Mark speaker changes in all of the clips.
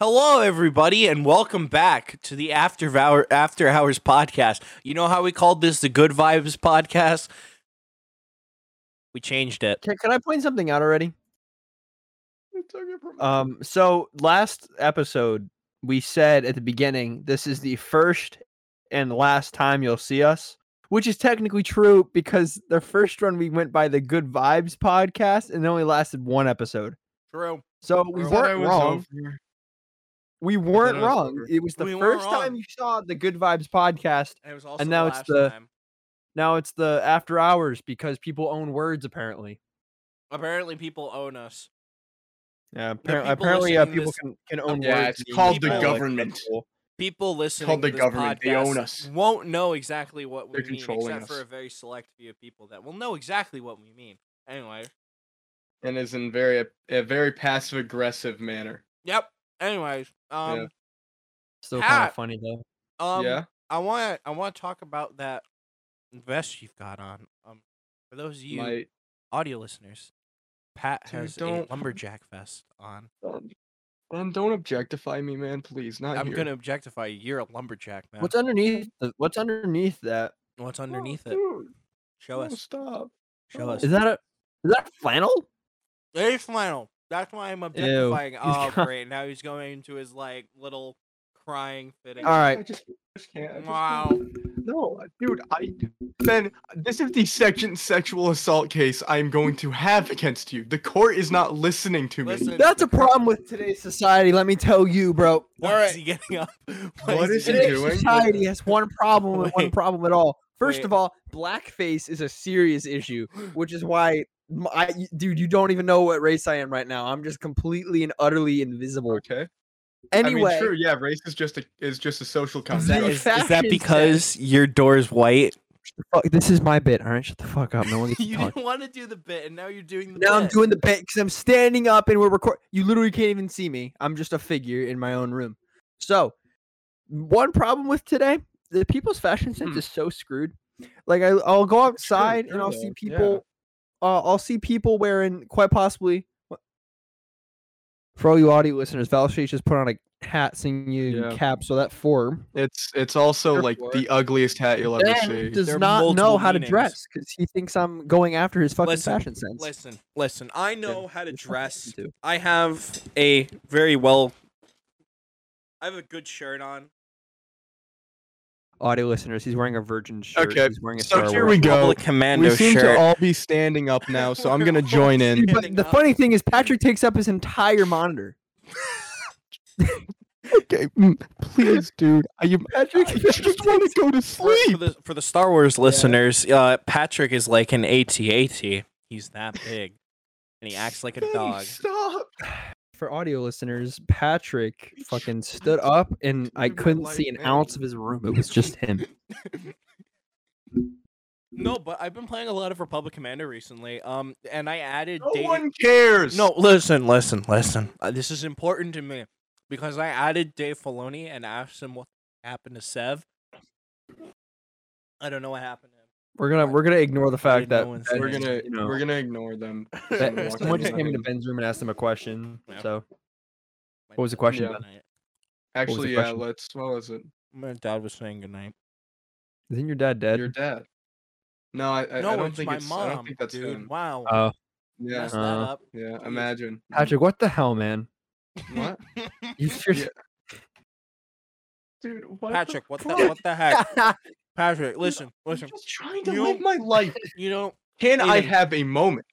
Speaker 1: Hello, everybody, and welcome back to the After Hour After Hours podcast. You know how we called this the Good Vibes podcast? We changed it.
Speaker 2: Can, can I point something out already?
Speaker 3: From-
Speaker 2: Um, so last episode we said at the beginning this is the first and last time you'll see us, which is technically true because the first one we went by the Good Vibes podcast and it only lasted one episode.
Speaker 1: True.
Speaker 2: So we
Speaker 3: I thought I
Speaker 2: weren't
Speaker 3: was
Speaker 2: wrong.
Speaker 3: over.
Speaker 2: We weren't
Speaker 3: it was
Speaker 2: wrong.
Speaker 3: over.
Speaker 2: It was the
Speaker 1: We weren't
Speaker 2: first time
Speaker 1: wrong.
Speaker 2: you saw the Good Vibes podcast.
Speaker 1: And, it was also
Speaker 2: And
Speaker 1: the
Speaker 2: now it's
Speaker 1: last
Speaker 2: the-
Speaker 1: time.
Speaker 2: Now it's the after hours because people own words apparently.
Speaker 1: Apparently, people own us.
Speaker 2: Yeah,
Speaker 1: people
Speaker 2: apparently
Speaker 1: listening
Speaker 2: uh,
Speaker 1: to
Speaker 2: people
Speaker 1: this-
Speaker 2: can, can own
Speaker 3: Oh, Yeah,
Speaker 2: words.
Speaker 3: it's
Speaker 2: and
Speaker 3: called
Speaker 1: the
Speaker 2: email, like,
Speaker 3: government.
Speaker 2: that's cool.
Speaker 1: People listening
Speaker 3: called
Speaker 1: to
Speaker 3: the
Speaker 1: this
Speaker 3: government. They
Speaker 1: podcast
Speaker 3: own us.
Speaker 1: Won't know exactly what we
Speaker 3: They're
Speaker 1: mean,
Speaker 3: controlling
Speaker 1: except for
Speaker 3: us.
Speaker 1: a very select few of people that will know exactly what we mean. Anyway,
Speaker 3: and is in very a very passive aggressive manner.
Speaker 1: yep. Anyways, um,
Speaker 3: Yeah.
Speaker 2: Still kind
Speaker 1: Pat.
Speaker 2: of funny though.
Speaker 1: um,
Speaker 3: yeah,
Speaker 1: I want I want to talk about that vest you've got on. Um, for those of you
Speaker 3: my
Speaker 1: audio listeners, Pat
Speaker 3: Dude,
Speaker 1: has a
Speaker 3: don't-
Speaker 1: lumberjack vest on.
Speaker 3: um, um, don't objectify me, man. Please, not
Speaker 1: I'm
Speaker 3: here.
Speaker 1: gonna objectify you. You're a lumberjack, man.
Speaker 2: What's underneath? The, what's underneath that?
Speaker 1: What's
Speaker 3: No,
Speaker 1: underneath it?
Speaker 3: dude,
Speaker 1: Show
Speaker 3: no,
Speaker 1: us.
Speaker 3: Stop.
Speaker 1: Show
Speaker 3: no.
Speaker 1: us.
Speaker 2: Is that a is that flannel?
Speaker 1: It is flannel. That's why I'm objectifying. Oh, great! Now he's going into his like little crying fitting.
Speaker 2: All right.
Speaker 3: I just, I just can't. I just
Speaker 1: Wow.
Speaker 3: can't. No, dude. I Ben, this is the second sexual assault case I'm going to have against you. The court is not listening to me.
Speaker 1: Listen,
Speaker 2: That's a problem with today's society. Let me tell you, bro.
Speaker 1: Why
Speaker 3: All
Speaker 1: is
Speaker 3: right.
Speaker 1: he getting up? Why
Speaker 3: What is he
Speaker 1: getting
Speaker 2: Today's
Speaker 1: up?
Speaker 3: doing?
Speaker 2: society has one problem with one
Speaker 1: Wait.
Speaker 2: problem at all. First of
Speaker 1: Wait.
Speaker 2: all, blackface is a serious issue, which is why, m- I, y- dude, you don't even know what race I am right now. I'm just completely and utterly invisible.
Speaker 3: Okay. I
Speaker 2: Anyway,
Speaker 3: mean, true. Yeah, race is just a is just a social
Speaker 1: Is that,
Speaker 2: that The
Speaker 3: construct.
Speaker 2: is- is that fashion
Speaker 1: because
Speaker 2: because
Speaker 1: your door's white?
Speaker 2: fuck, this is my bit. All right, shut the fuck up. No one gets to
Speaker 1: you
Speaker 2: talk.
Speaker 1: didn't want to do the bit, and now you're doing the.
Speaker 2: Now I'm
Speaker 1: bit.
Speaker 2: doing the bit because I'm standing up and we're recording. You literally can't even see me. I'm just a figure in my own room. So, one problem with today, the people's fashion sense
Speaker 3: Hmm.
Speaker 2: is so screwed. Like I, I'll go
Speaker 3: It's true,
Speaker 2: outside
Speaker 3: true
Speaker 2: and I'll
Speaker 3: though,
Speaker 2: see
Speaker 3: yeah.
Speaker 2: people. Uh, I'll see people wearing quite possibly. What? For all you audio listeners, Valshay just put on a hat, singing you
Speaker 3: Yeah.
Speaker 2: cap, so that form
Speaker 3: It's it's also like
Speaker 2: Therefore-
Speaker 3: the ugliest hat you'll ever
Speaker 2: then
Speaker 3: see.
Speaker 2: does
Speaker 1: There are
Speaker 2: not know
Speaker 1: multiple
Speaker 2: how to
Speaker 1: meanings.
Speaker 2: dress because he thinks I'm going after his fucking
Speaker 1: Listen,
Speaker 2: fashion sense.
Speaker 1: Listen, listen. I know how to
Speaker 2: There's nothing I can
Speaker 1: dress.
Speaker 2: do.
Speaker 1: I have a very well. I have a good shirt on.
Speaker 2: audio listeners, he's wearing a virgin shirt.
Speaker 3: Okay,
Speaker 2: He's wearing a
Speaker 3: so
Speaker 2: Star
Speaker 3: here
Speaker 2: Wars-
Speaker 3: we go.
Speaker 1: Public commando
Speaker 3: we seem
Speaker 1: shirt.
Speaker 3: to all be standing up now, so I'm gonna join in.
Speaker 1: We're all
Speaker 2: But the funny thing is, Patrick takes up his entire monitor.
Speaker 3: Okay, mm, please, dude. I, am-
Speaker 2: Patrick,
Speaker 3: I just want to go to
Speaker 1: for, for
Speaker 3: sleep.
Speaker 1: the, for the Star Wars listeners, uh, Patrick is like an AT-AT. He's that big, and he acts like a
Speaker 3: Daddy,
Speaker 1: dog.
Speaker 3: Stop.
Speaker 2: For audio listeners, Patrick fucking stood up, and I
Speaker 3: Dude,
Speaker 2: couldn't
Speaker 3: like
Speaker 2: see an
Speaker 3: me.
Speaker 2: ounce of his room. It was just him.
Speaker 1: No, but I've been playing a lot of Republic Commander recently. Um, and I added
Speaker 3: No
Speaker 1: dating.
Speaker 3: one cares.
Speaker 1: No, listen, listen, listen. Uh, this is important to me because I added Dave Filoni and asked him what happened to Sev. I don't know what happened to him.
Speaker 2: We're gonna we're gonna ignore the
Speaker 1: didn't
Speaker 2: fact that
Speaker 1: know when
Speaker 2: that-
Speaker 3: we're gonna
Speaker 2: you know,
Speaker 3: we're gonna ignore them.
Speaker 2: that
Speaker 3: gonna walk
Speaker 2: someone
Speaker 3: in
Speaker 2: just
Speaker 3: on
Speaker 2: came
Speaker 3: him.
Speaker 2: into Ben's room and asked him a question.
Speaker 1: Yeah.
Speaker 2: So
Speaker 1: My
Speaker 2: What was the
Speaker 1: dad
Speaker 2: question,
Speaker 1: was saying
Speaker 2: was the
Speaker 3: Actually, yeah.
Speaker 2: question?
Speaker 3: Let's. What was it?
Speaker 1: goodnight. My dad was saying goodnight.
Speaker 2: isn't your dad dead?
Speaker 3: Your dad. No, I, I,
Speaker 1: no,
Speaker 3: I don't
Speaker 1: it's
Speaker 3: think
Speaker 1: my
Speaker 3: it's.
Speaker 1: mom,
Speaker 3: I don't think that's
Speaker 1: dude.
Speaker 3: him. Uh,
Speaker 1: Wow.
Speaker 2: Oh,
Speaker 1: you
Speaker 3: Yeah,
Speaker 1: messed that
Speaker 2: Uh,
Speaker 1: up.
Speaker 3: yeah.
Speaker 1: Jeez.
Speaker 3: Imagine.
Speaker 2: Patrick, what the hell, man?
Speaker 3: What?
Speaker 2: You
Speaker 3: Yeah. Dude, what the
Speaker 1: Patrick, what the
Speaker 3: fuck?
Speaker 1: what the heck? Patrick, listen, listen.
Speaker 3: I'm just trying to
Speaker 1: you-
Speaker 3: live my life.
Speaker 1: You know,
Speaker 3: Can I
Speaker 1: Aiden.
Speaker 3: have a moment?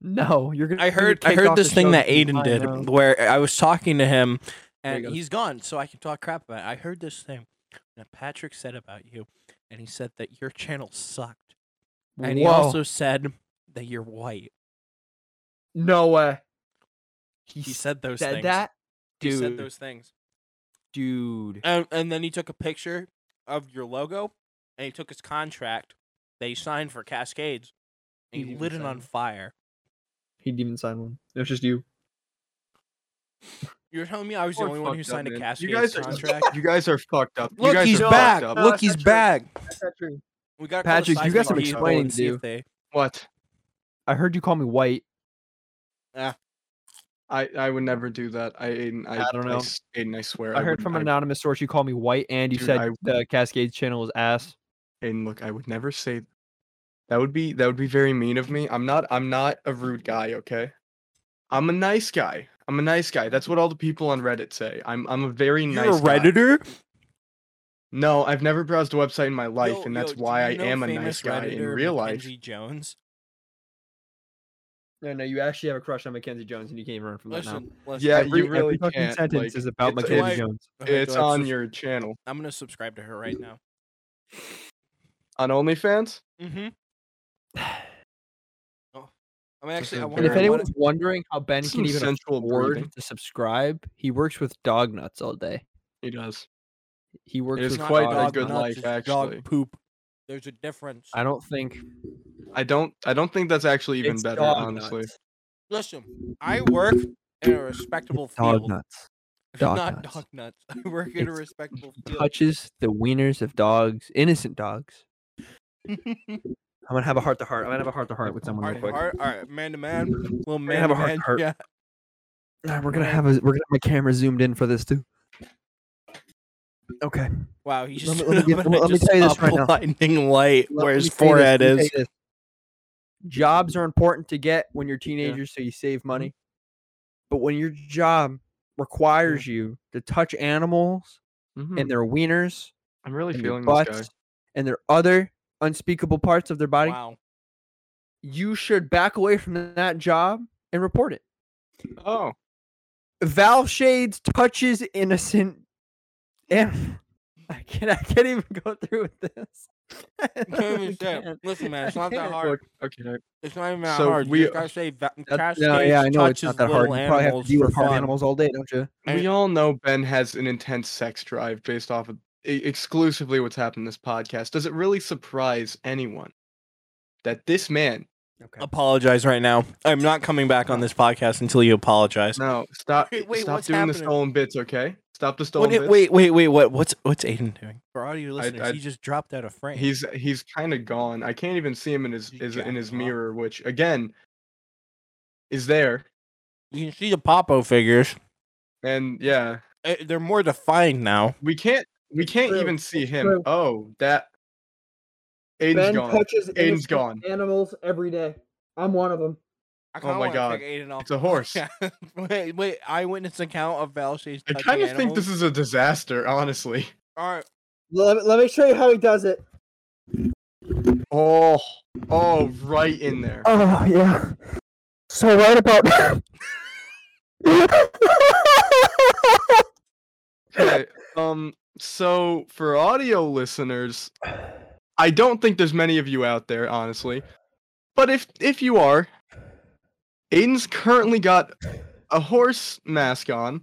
Speaker 2: no, you're gonna.
Speaker 1: I
Speaker 2: you're gonna
Speaker 1: heard I
Speaker 2: kick
Speaker 1: heard
Speaker 2: off the
Speaker 1: this thing
Speaker 2: show
Speaker 1: that
Speaker 2: because
Speaker 1: Aiden
Speaker 2: I
Speaker 1: did
Speaker 2: know.
Speaker 1: where I was talking to him
Speaker 2: There you
Speaker 1: and
Speaker 2: go.
Speaker 1: he's gone, so I can talk crap about it. I heard this thing that Patrick said about you, and he said that your channel sucked. And he
Speaker 2: Whoa.
Speaker 1: also said that you're white.
Speaker 2: no way.
Speaker 1: He said those
Speaker 2: said
Speaker 1: things.
Speaker 2: that,
Speaker 1: He said
Speaker 2: dude.
Speaker 1: those things.
Speaker 2: dude.
Speaker 1: And and then he took a picture of your logo and he took his contract that he signed for Cascades and he
Speaker 2: He
Speaker 1: lit it
Speaker 2: even
Speaker 1: on
Speaker 2: signed it.
Speaker 1: fire.
Speaker 2: He didn't even sign one. It was just you.
Speaker 1: You're telling me I was the
Speaker 3: We're
Speaker 1: only one who
Speaker 3: fucked up,
Speaker 1: signed a
Speaker 3: man.
Speaker 1: Cascades
Speaker 3: You guys are-
Speaker 1: contract?
Speaker 3: You guys are fucked up. you
Speaker 1: Look,
Speaker 3: guys
Speaker 1: he's
Speaker 3: are
Speaker 1: back.
Speaker 3: fucked up.
Speaker 1: Look, he's
Speaker 2: that's true.
Speaker 1: back.
Speaker 2: That's not true.
Speaker 1: We got
Speaker 2: Patrick, you got some explaining to do.
Speaker 3: What?
Speaker 2: I heard you call me white.
Speaker 3: I, I would never do that. I Aiden, I,
Speaker 2: I don't know.
Speaker 3: s- Aiden, I swear.
Speaker 2: I heard
Speaker 3: wouldn't-
Speaker 2: from an anonymous source you called me white and you
Speaker 3: Dude,
Speaker 2: said
Speaker 3: I-
Speaker 2: the Cascades channel is ass.
Speaker 3: Aiden, look, I would never say. That would be that would be very mean of me. I'm not I'm not a rude guy. Okay, I'm a nice guy. I'm a nice guy. That's what all the people on Reddit say. I'm I'm a very
Speaker 1: You're
Speaker 3: nice.
Speaker 1: a
Speaker 3: guy.
Speaker 1: redditor.
Speaker 3: No, I've never browsed a website in my life,
Speaker 1: Yo,
Speaker 3: and
Speaker 1: yo,
Speaker 3: that's
Speaker 1: do
Speaker 3: why I
Speaker 1: you know
Speaker 3: am a nice
Speaker 1: famous
Speaker 3: guy in
Speaker 1: redditor
Speaker 3: real life.
Speaker 1: Mackenzie Jones.
Speaker 2: No, no, you actually have a crush on Mackenzie Jones and you can't run from that now.
Speaker 1: Listen, listen
Speaker 3: Yeah,
Speaker 2: every,
Speaker 3: you really
Speaker 2: every fucking
Speaker 3: can't,
Speaker 2: sentence
Speaker 3: like,
Speaker 2: is about
Speaker 3: it's-
Speaker 2: Mackenzie
Speaker 1: it's-
Speaker 2: Jones.
Speaker 1: Okay,
Speaker 3: It's
Speaker 1: do I
Speaker 3: on
Speaker 1: subs-
Speaker 3: your channel
Speaker 1: I'm gonna subscribe to her right now.
Speaker 3: on OnlyFans.
Speaker 1: Mm-hmm. Oh, I mean, actually, I
Speaker 3: is
Speaker 1: want
Speaker 2: And if
Speaker 3: very-
Speaker 1: to.
Speaker 2: anyone's wondering how Ben
Speaker 3: Some
Speaker 2: can even
Speaker 3: sensual
Speaker 2: afford
Speaker 3: breathing.
Speaker 2: to subscribe, he works with dog nuts all day.
Speaker 3: He does.
Speaker 2: He works
Speaker 3: is
Speaker 2: with
Speaker 3: quite
Speaker 2: dog
Speaker 3: a
Speaker 2: nuts.
Speaker 3: good life, actually.
Speaker 1: Dog poop. There's a difference.
Speaker 2: I don't think
Speaker 3: I don't I don't think that's actually even
Speaker 2: it's
Speaker 3: better,
Speaker 2: dog
Speaker 3: honestly.
Speaker 2: nuts.
Speaker 1: Listen, I work in a respectable
Speaker 2: Dog
Speaker 1: field.
Speaker 2: nuts dog
Speaker 1: Not
Speaker 2: nuts.
Speaker 1: dog nuts. I work in a
Speaker 2: It's
Speaker 1: respectable field.
Speaker 2: touches the wieners of dogs, innocent dogs. I'm gonna have a heart to heart. I'm gonna have a heart to heart with someone
Speaker 1: All
Speaker 2: real
Speaker 1: right,
Speaker 2: quick.
Speaker 1: all right, all right, man to man. Little man
Speaker 2: have
Speaker 1: to
Speaker 2: a heart to
Speaker 1: man,
Speaker 2: heart.
Speaker 1: Yeah.
Speaker 2: Ah, we're gonna have a, we're gonna have my camera zoomed in for this too. Okay.
Speaker 1: Wow, he just
Speaker 2: me- let me give-
Speaker 1: I'm
Speaker 2: let me-
Speaker 1: gonna
Speaker 2: let me
Speaker 1: just
Speaker 2: tell you this
Speaker 1: up
Speaker 2: right now.
Speaker 1: Blinding light
Speaker 2: Let
Speaker 1: where
Speaker 2: me
Speaker 1: his
Speaker 2: say this,
Speaker 1: forehead
Speaker 2: let me
Speaker 1: is.
Speaker 2: say this. Jobs are important to get when you're teenagers, so you save money. But when your job requires you to touch animals
Speaker 3: Mhm.
Speaker 2: and their wieners
Speaker 3: I'm really
Speaker 2: and their
Speaker 3: feeling this guy.
Speaker 2: butts and their other unspeakable parts of their body,
Speaker 1: Wow.
Speaker 2: you should back away from that job and report it.
Speaker 3: Oh,
Speaker 2: Val Shades touches innocent. And I can't. I can't even go through with this. I
Speaker 1: You can't even
Speaker 2: really
Speaker 1: say it.
Speaker 2: can't.
Speaker 1: Listen, man,
Speaker 2: I
Speaker 1: it's not that
Speaker 2: can't.
Speaker 1: hard.
Speaker 3: look, okay.
Speaker 1: It's not even that
Speaker 3: So
Speaker 1: hard.
Speaker 3: we-
Speaker 1: you just gotta say va-
Speaker 2: That's-
Speaker 1: Cascades
Speaker 2: yeah, yeah, I know it's
Speaker 1: touches
Speaker 2: not that hard.
Speaker 1: little
Speaker 2: You probably have to
Speaker 1: animals
Speaker 2: deal
Speaker 1: for
Speaker 2: with hard
Speaker 1: fun.
Speaker 2: animals all day, don't you?
Speaker 1: And-
Speaker 3: We all know Ben has an intense sex drive based off of e- exclusively what's happened in this podcast. Does it really surprise anyone that this man?
Speaker 2: Okay.
Speaker 1: Apologize right now. I'm not coming back on this podcast until you apologize.
Speaker 3: No, stop!
Speaker 1: Wait, wait,
Speaker 3: stop
Speaker 1: what's
Speaker 3: doing the
Speaker 1: happening?
Speaker 3: stolen bits, okay? Stop the
Speaker 1: What
Speaker 3: stolen
Speaker 1: i-
Speaker 3: bits.
Speaker 1: wait, wait, wait. What? What's what's Aiden doing? For audio listeners,
Speaker 3: I-
Speaker 1: he just dropped out of frame.
Speaker 3: He's he's kind of gone. I can't even see him in his
Speaker 1: He's
Speaker 3: is in
Speaker 1: jacking
Speaker 3: his
Speaker 1: off.
Speaker 3: mirror, which again is there.
Speaker 1: you can see the Popo figures.
Speaker 3: And yeah,
Speaker 1: Uh, They're more defined now.
Speaker 3: we can't we can't
Speaker 2: true,
Speaker 3: even see
Speaker 2: it's
Speaker 3: him.
Speaker 2: true.
Speaker 3: Oh, that Aiden's gone.
Speaker 2: touches
Speaker 3: Aiden's gone.
Speaker 2: animals every day. I'm one of them.
Speaker 1: I
Speaker 3: kinda my wanna God. kick
Speaker 1: Aiden off.
Speaker 3: It's a horse.
Speaker 1: Oh wait, wait. Eyewitness account of Valshay's
Speaker 3: I kind of think this is a disaster, honestly.
Speaker 1: All right.
Speaker 2: Let me, let me show you how he does it.
Speaker 3: Oh, oh, right in there.
Speaker 2: Oh yeah. So right about.
Speaker 3: Okay, um, so for audio listeners, I don't think there's many of you out there, honestly. But if if you are, Aiden's currently got a horse mask on,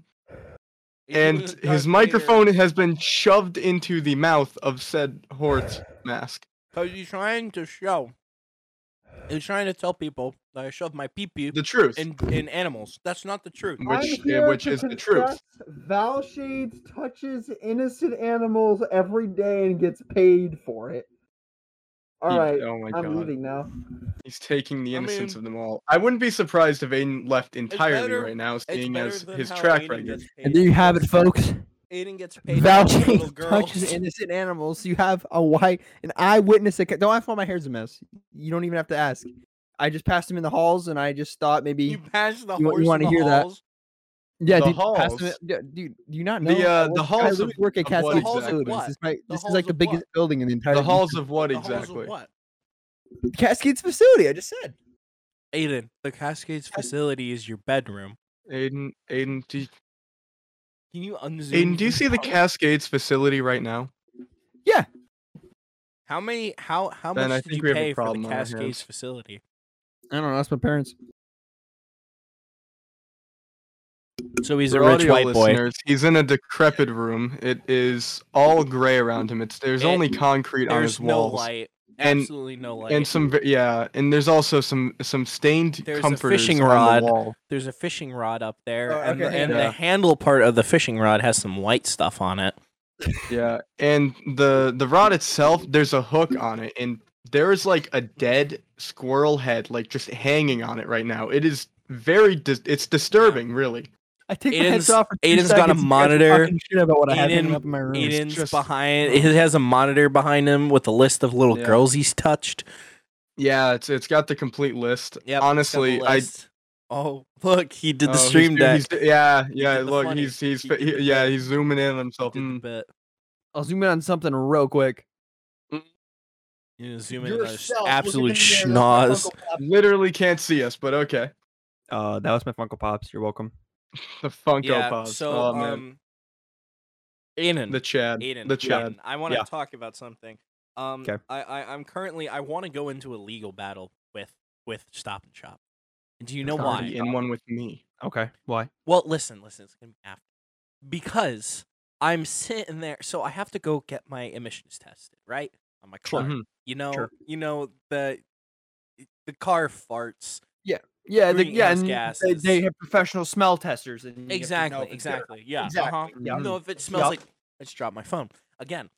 Speaker 3: and his microphone has been shoved into the mouth of said horse mask.
Speaker 1: Because he's trying to show. He's trying to tell people that I shoved my pee pee
Speaker 3: The truth,
Speaker 1: in, in animals. That's not the truth.
Speaker 3: which eh, which is the truth.
Speaker 2: Val Shades touches innocent animals every day and gets paid for it.
Speaker 3: He-
Speaker 2: All right,
Speaker 3: oh my
Speaker 2: I'm
Speaker 3: god,
Speaker 2: leaving now.
Speaker 3: he's taking the
Speaker 1: I
Speaker 3: innocence of
Speaker 1: mean-
Speaker 3: them all. I wouldn't be surprised if Aiden left entirely
Speaker 1: better-
Speaker 3: right now,
Speaker 1: It's
Speaker 3: seeing
Speaker 1: better
Speaker 3: as
Speaker 1: than
Speaker 3: his
Speaker 1: how
Speaker 3: track
Speaker 1: Aiden
Speaker 3: record.
Speaker 1: gets paid
Speaker 2: And there you have it,
Speaker 1: because
Speaker 2: folks.
Speaker 1: Aiden gets paid.
Speaker 2: Val
Speaker 1: for little
Speaker 2: Shades
Speaker 1: girls.
Speaker 2: touches innocent animals. You have a white, an eyewitness. Account. Don't ask why my hair's a mess. You don't even have to ask. I just passed him in the halls, and I just thought maybe.
Speaker 1: You pass the
Speaker 2: You- you
Speaker 1: horse.
Speaker 2: wanna
Speaker 1: in the
Speaker 2: hear that?
Speaker 1: halls.
Speaker 2: yeah,
Speaker 3: the
Speaker 2: dude, passed him
Speaker 3: halls-
Speaker 2: in- yeah, dude, do you not know?
Speaker 3: The,
Speaker 2: I
Speaker 3: uh,
Speaker 2: work-
Speaker 3: the
Speaker 2: I
Speaker 3: halls of-
Speaker 2: literally work at
Speaker 3: of what
Speaker 2: Cascade
Speaker 1: halls of
Speaker 2: Facilities.
Speaker 1: what?
Speaker 2: This is, my,
Speaker 1: The
Speaker 2: this is
Speaker 1: halls
Speaker 2: like the
Speaker 1: of what?
Speaker 2: biggest building in the entire.
Speaker 3: The
Speaker 2: country.
Speaker 3: halls of what
Speaker 1: The halls of
Speaker 3: exactly?
Speaker 1: what?
Speaker 2: Cascade's facility. I just said.
Speaker 1: Aiden, the Cascades facility is your bedroom.
Speaker 3: Aiden, Aiden, do you,
Speaker 1: Can you unzoom?
Speaker 3: Aiden, do you
Speaker 1: your
Speaker 3: see the
Speaker 1: phone?
Speaker 3: Cascades facility right now?
Speaker 1: How many? How how
Speaker 3: Ben, I
Speaker 1: much did you
Speaker 3: think we have a
Speaker 1: pay for
Speaker 3: problem
Speaker 1: the
Speaker 3: on our
Speaker 1: Cascades
Speaker 3: hands.
Speaker 1: facility?
Speaker 2: I don't know. That's my parents.
Speaker 1: So he's
Speaker 3: For
Speaker 1: a rich
Speaker 3: audio
Speaker 1: white boy.
Speaker 3: listeners, He's in a decrepit room. It is all gray around him. It's there's
Speaker 1: It-
Speaker 3: only concrete on
Speaker 1: There's
Speaker 3: his
Speaker 1: no
Speaker 3: walls.
Speaker 1: light.
Speaker 3: And-
Speaker 1: Absolutely no light.
Speaker 3: And some ve- yeah, and there's also some some stained
Speaker 1: There's a
Speaker 3: comforters
Speaker 1: fishing
Speaker 3: on
Speaker 1: rod.
Speaker 3: the wall.
Speaker 1: There's a fishing rod up there,
Speaker 2: Oh,
Speaker 1: and, the,
Speaker 2: okay,
Speaker 1: and
Speaker 3: yeah.
Speaker 1: the handle part of the fishing rod has some white stuff on it.
Speaker 3: Yeah, and the the rod itself, there's a hook on it, and there is like a dead squirrel head like just hanging on it right now. It is very dis- it's disturbing, really.
Speaker 2: I take my
Speaker 1: Aiden's-
Speaker 2: heads off. For two
Speaker 1: Aiden's got a
Speaker 2: seconds and starts
Speaker 1: monitor.
Speaker 2: talking Shit about what I have
Speaker 1: Aiden-
Speaker 2: hanging up in my room.
Speaker 1: Eden's
Speaker 3: Mm, just-
Speaker 1: behind. He has a monitor behind him with a list of little
Speaker 3: Yeah.
Speaker 1: girls he's touched.
Speaker 3: Yeah, it's it's got the complete list.
Speaker 1: Yeah,
Speaker 3: Honestly, I
Speaker 1: Oh, look, he did
Speaker 3: oh,
Speaker 1: the
Speaker 3: he's
Speaker 1: stream
Speaker 3: do-
Speaker 1: deck.
Speaker 3: he's do- Yeah, yeah.
Speaker 1: did the
Speaker 3: Look,
Speaker 1: funny.
Speaker 3: he's he's
Speaker 1: He
Speaker 3: fa-
Speaker 1: did
Speaker 3: he-
Speaker 1: the
Speaker 3: yeah,
Speaker 1: bit.
Speaker 3: he's zooming in on himself.
Speaker 1: Did the
Speaker 3: Mm.
Speaker 1: bit.
Speaker 2: I'll zoom in on something real quick.
Speaker 1: You know, zoom in on this
Speaker 2: Yourself, look at
Speaker 1: absolute
Speaker 2: me there, that's
Speaker 1: schnoz.
Speaker 2: my Funko Pop.
Speaker 3: Literally can't see us, but okay.
Speaker 2: Uh, that was my Funko Pops. You're welcome.
Speaker 3: The Funko
Speaker 1: Yeah.
Speaker 3: Pops.
Speaker 1: So,
Speaker 3: oh man,
Speaker 1: um, Aiden,
Speaker 3: the Chad,
Speaker 1: Aiden,
Speaker 3: the Chad.
Speaker 1: Aiden, I want to
Speaker 2: Yeah.
Speaker 1: talk about something. Um,
Speaker 2: 'Kay.
Speaker 1: I, I, I'm currently. I want to go into a legal battle with with Stop and Shop. And do you know
Speaker 2: Sorry.
Speaker 1: why?
Speaker 3: Already in one with me.
Speaker 2: Okay. Why?
Speaker 1: Well, listen, listen. It's gonna be after because I'm sitting there, so I have to go get my emissions tested, right? On my car,
Speaker 3: Mhm.
Speaker 1: you know,
Speaker 2: Sure.
Speaker 1: you know the the car farts.
Speaker 2: Yeah. The, yeah.
Speaker 1: Greenhouse
Speaker 2: And they,
Speaker 1: gases.
Speaker 2: they have professional smell testers. And you have to know
Speaker 1: Exactly,
Speaker 2: if it's good.
Speaker 1: exactly, yeah,
Speaker 2: Exactly,
Speaker 1: Uh-huh.
Speaker 2: yeah.
Speaker 1: You know, if it smells
Speaker 2: Yeah.
Speaker 1: like I just dropped my phone again.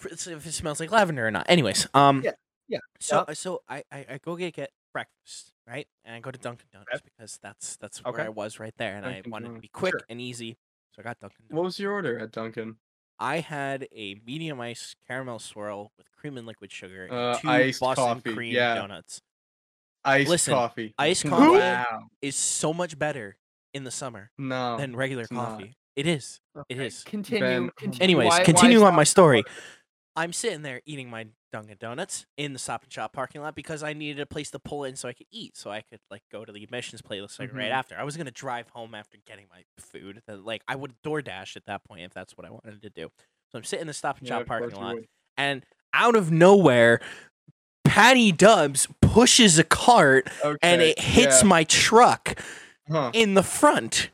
Speaker 1: F- it's- If it smells like lavender or not. Anyways, um,
Speaker 2: Yeah, yeah,
Speaker 1: So, uh, so I, I, I go get get breakfast, right? And I go to Dunkin' Donuts because that's that's where
Speaker 2: Okay.
Speaker 1: I was right there, and I
Speaker 3: Dunkin'
Speaker 1: wanted to
Speaker 3: Donuts,
Speaker 1: be quick
Speaker 2: sure.
Speaker 1: and easy, so I got Dunkin' Donuts.
Speaker 3: What was your order at Duncan?
Speaker 1: I had a medium ice caramel swirl with cream and liquid sugar and
Speaker 3: Uh,
Speaker 1: two
Speaker 3: iced
Speaker 1: Boston
Speaker 3: coffee,
Speaker 1: cream
Speaker 3: yeah.
Speaker 1: donuts.
Speaker 3: Iced
Speaker 1: Listen,
Speaker 3: coffee.
Speaker 1: iced
Speaker 3: Who?
Speaker 1: coffee-
Speaker 3: Wow.
Speaker 1: Is so much better in the summer
Speaker 3: No.
Speaker 1: than regular
Speaker 3: Oh, it's not.
Speaker 1: coffee. It is. It
Speaker 2: Okay,
Speaker 1: is.
Speaker 2: Continue.
Speaker 3: Ben-
Speaker 2: continue.
Speaker 1: Anyways,
Speaker 2: Why- why
Speaker 1: continuing on
Speaker 2: stop
Speaker 1: my story,
Speaker 2: before?
Speaker 1: I'm sitting there eating my Dunkin' Donuts in the Stop and Shop parking lot because I needed a place to pull in so I could eat, so I could like go to the admissions playlist like right
Speaker 3: Mhm.
Speaker 1: after. I was gonna drive home after getting my food. that, Like I would DoorDash at that point if that's what I wanted to do. So I'm sitting in the Stop and
Speaker 3: Yeah,
Speaker 1: Shop
Speaker 3: of course
Speaker 1: parking
Speaker 3: you
Speaker 1: lot.
Speaker 3: would.
Speaker 1: and out of nowhere, Patty Dubs pushes a cart and
Speaker 3: Okay,
Speaker 1: it hits
Speaker 3: yeah,
Speaker 1: my truck
Speaker 3: huh.
Speaker 1: in the front.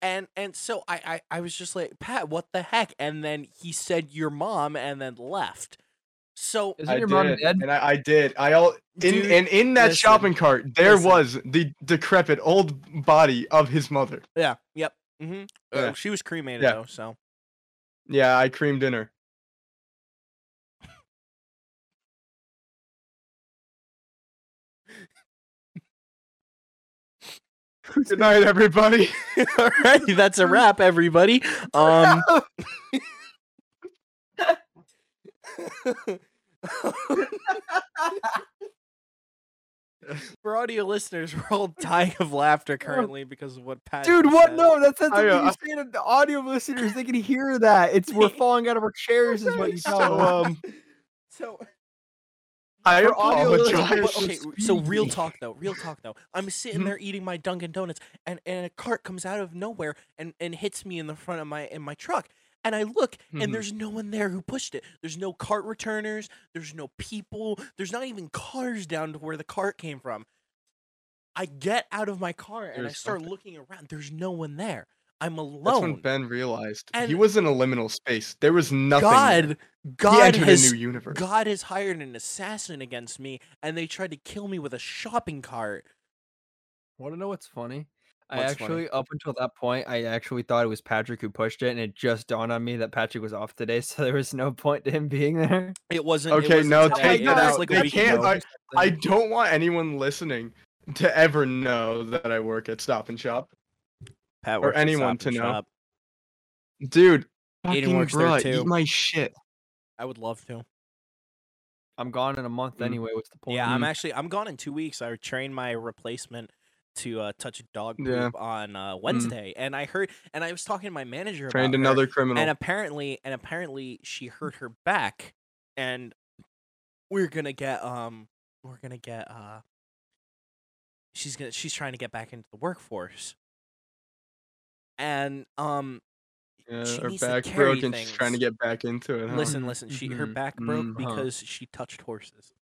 Speaker 1: And and so I, I I was just like Pat, what the heck? And then he said your mom, and then left. So
Speaker 2: Isn't
Speaker 3: I
Speaker 2: your
Speaker 3: did,
Speaker 2: mom dead?
Speaker 3: and I, I did. I all in
Speaker 1: Dude,
Speaker 3: and in that
Speaker 1: listen,
Speaker 3: shopping cart there
Speaker 1: listen.
Speaker 3: was the decrepit old body of his mother.
Speaker 1: yeah, yep. Mm-hmm.
Speaker 3: Yeah.
Speaker 1: she was cremated
Speaker 3: Yeah.
Speaker 1: though, so
Speaker 3: Yeah, I creamed in her. Good night, everybody.
Speaker 1: all right, that's a wrap, everybody. Um. For audio listeners, we're all dying of laughter currently because of Oh. what Pat.
Speaker 2: Dude,
Speaker 1: just
Speaker 2: what?
Speaker 1: said.
Speaker 2: No, that's that's
Speaker 3: I,
Speaker 2: what
Speaker 3: uh,
Speaker 2: you saying to the audio listeners. They can hear that. It's we're falling out of our chairs, is what you tell
Speaker 3: So,
Speaker 2: them.
Speaker 3: um,
Speaker 1: So
Speaker 3: I
Speaker 2: For audio listeners,
Speaker 3: apologize.
Speaker 1: But okay, w- Oh, so real
Speaker 2: Speedy. Hmm?
Speaker 1: talk though, real talk though. I'm sitting
Speaker 3: Mhm.
Speaker 1: there eating my Dunkin' Donuts, and, and a cart comes out of nowhere and, and hits me in the front of my in my truck. And I look,
Speaker 3: Mhm.
Speaker 1: and there's no one there who pushed it. There's no cart returners. There's no people. There's not even cars down to where the cart came from. I get out of my car and I
Speaker 3: There's
Speaker 1: start
Speaker 3: something.
Speaker 1: looking around. There's no one there. I'm
Speaker 3: That's when
Speaker 1: alone.
Speaker 3: Ben realized he
Speaker 1: And-
Speaker 3: was in a liminal space. There was nothing.
Speaker 1: God,
Speaker 3: there. he
Speaker 1: God
Speaker 3: entered
Speaker 1: has
Speaker 3: a new universe.
Speaker 1: God has hired an assassin against me, and they tried to kill me with a shopping cart.
Speaker 2: Want to know what's funny? I
Speaker 1: What's funny?
Speaker 2: actually, up until that point, I actually thought it was Patrick who pushed it, and it just dawned on me that Patrick was off today, so there was no point to him being there.
Speaker 1: It wasn't.
Speaker 3: Okay,
Speaker 1: it wasn't
Speaker 3: no,
Speaker 1: today,
Speaker 3: take
Speaker 1: it
Speaker 3: that
Speaker 1: was
Speaker 3: out.
Speaker 1: Like a
Speaker 3: they
Speaker 1: week
Speaker 3: can't.
Speaker 1: ago.
Speaker 3: I, I don't want anyone listening to ever know that I work at Stop and Shop,
Speaker 1: Pat
Speaker 3: works at anyone Stop to and know. Shop. dude.
Speaker 1: Aiden
Speaker 3: fucking
Speaker 1: works there
Speaker 3: bruh,
Speaker 1: too.
Speaker 3: Eat my shit.
Speaker 1: I would love to.
Speaker 2: I'm gone in a month
Speaker 3: Mm.
Speaker 2: anyway. What's the point?
Speaker 1: Yeah, I'm
Speaker 3: Mm.
Speaker 1: actually. I'm gone in two weeks. I trained my replacement to uh, touch dog poop
Speaker 3: Yeah.
Speaker 1: on uh, Wednesday, and I heard. And I was talking to my manager.
Speaker 3: Trained
Speaker 1: about her,
Speaker 3: another criminal.
Speaker 1: and apparently and apparently she hurt her back and we're gonna get um we're gonna get uh she's gonna she's trying to get back into the workforce and um
Speaker 3: Yeah,
Speaker 1: she
Speaker 3: her
Speaker 1: needs to
Speaker 3: back
Speaker 1: carry
Speaker 3: broke, and she's trying to
Speaker 1: things.
Speaker 3: get back into it. Huh?
Speaker 1: listen listen she her
Speaker 2: Mhm,
Speaker 1: back broke
Speaker 3: mhm, huh.
Speaker 1: because she touched horses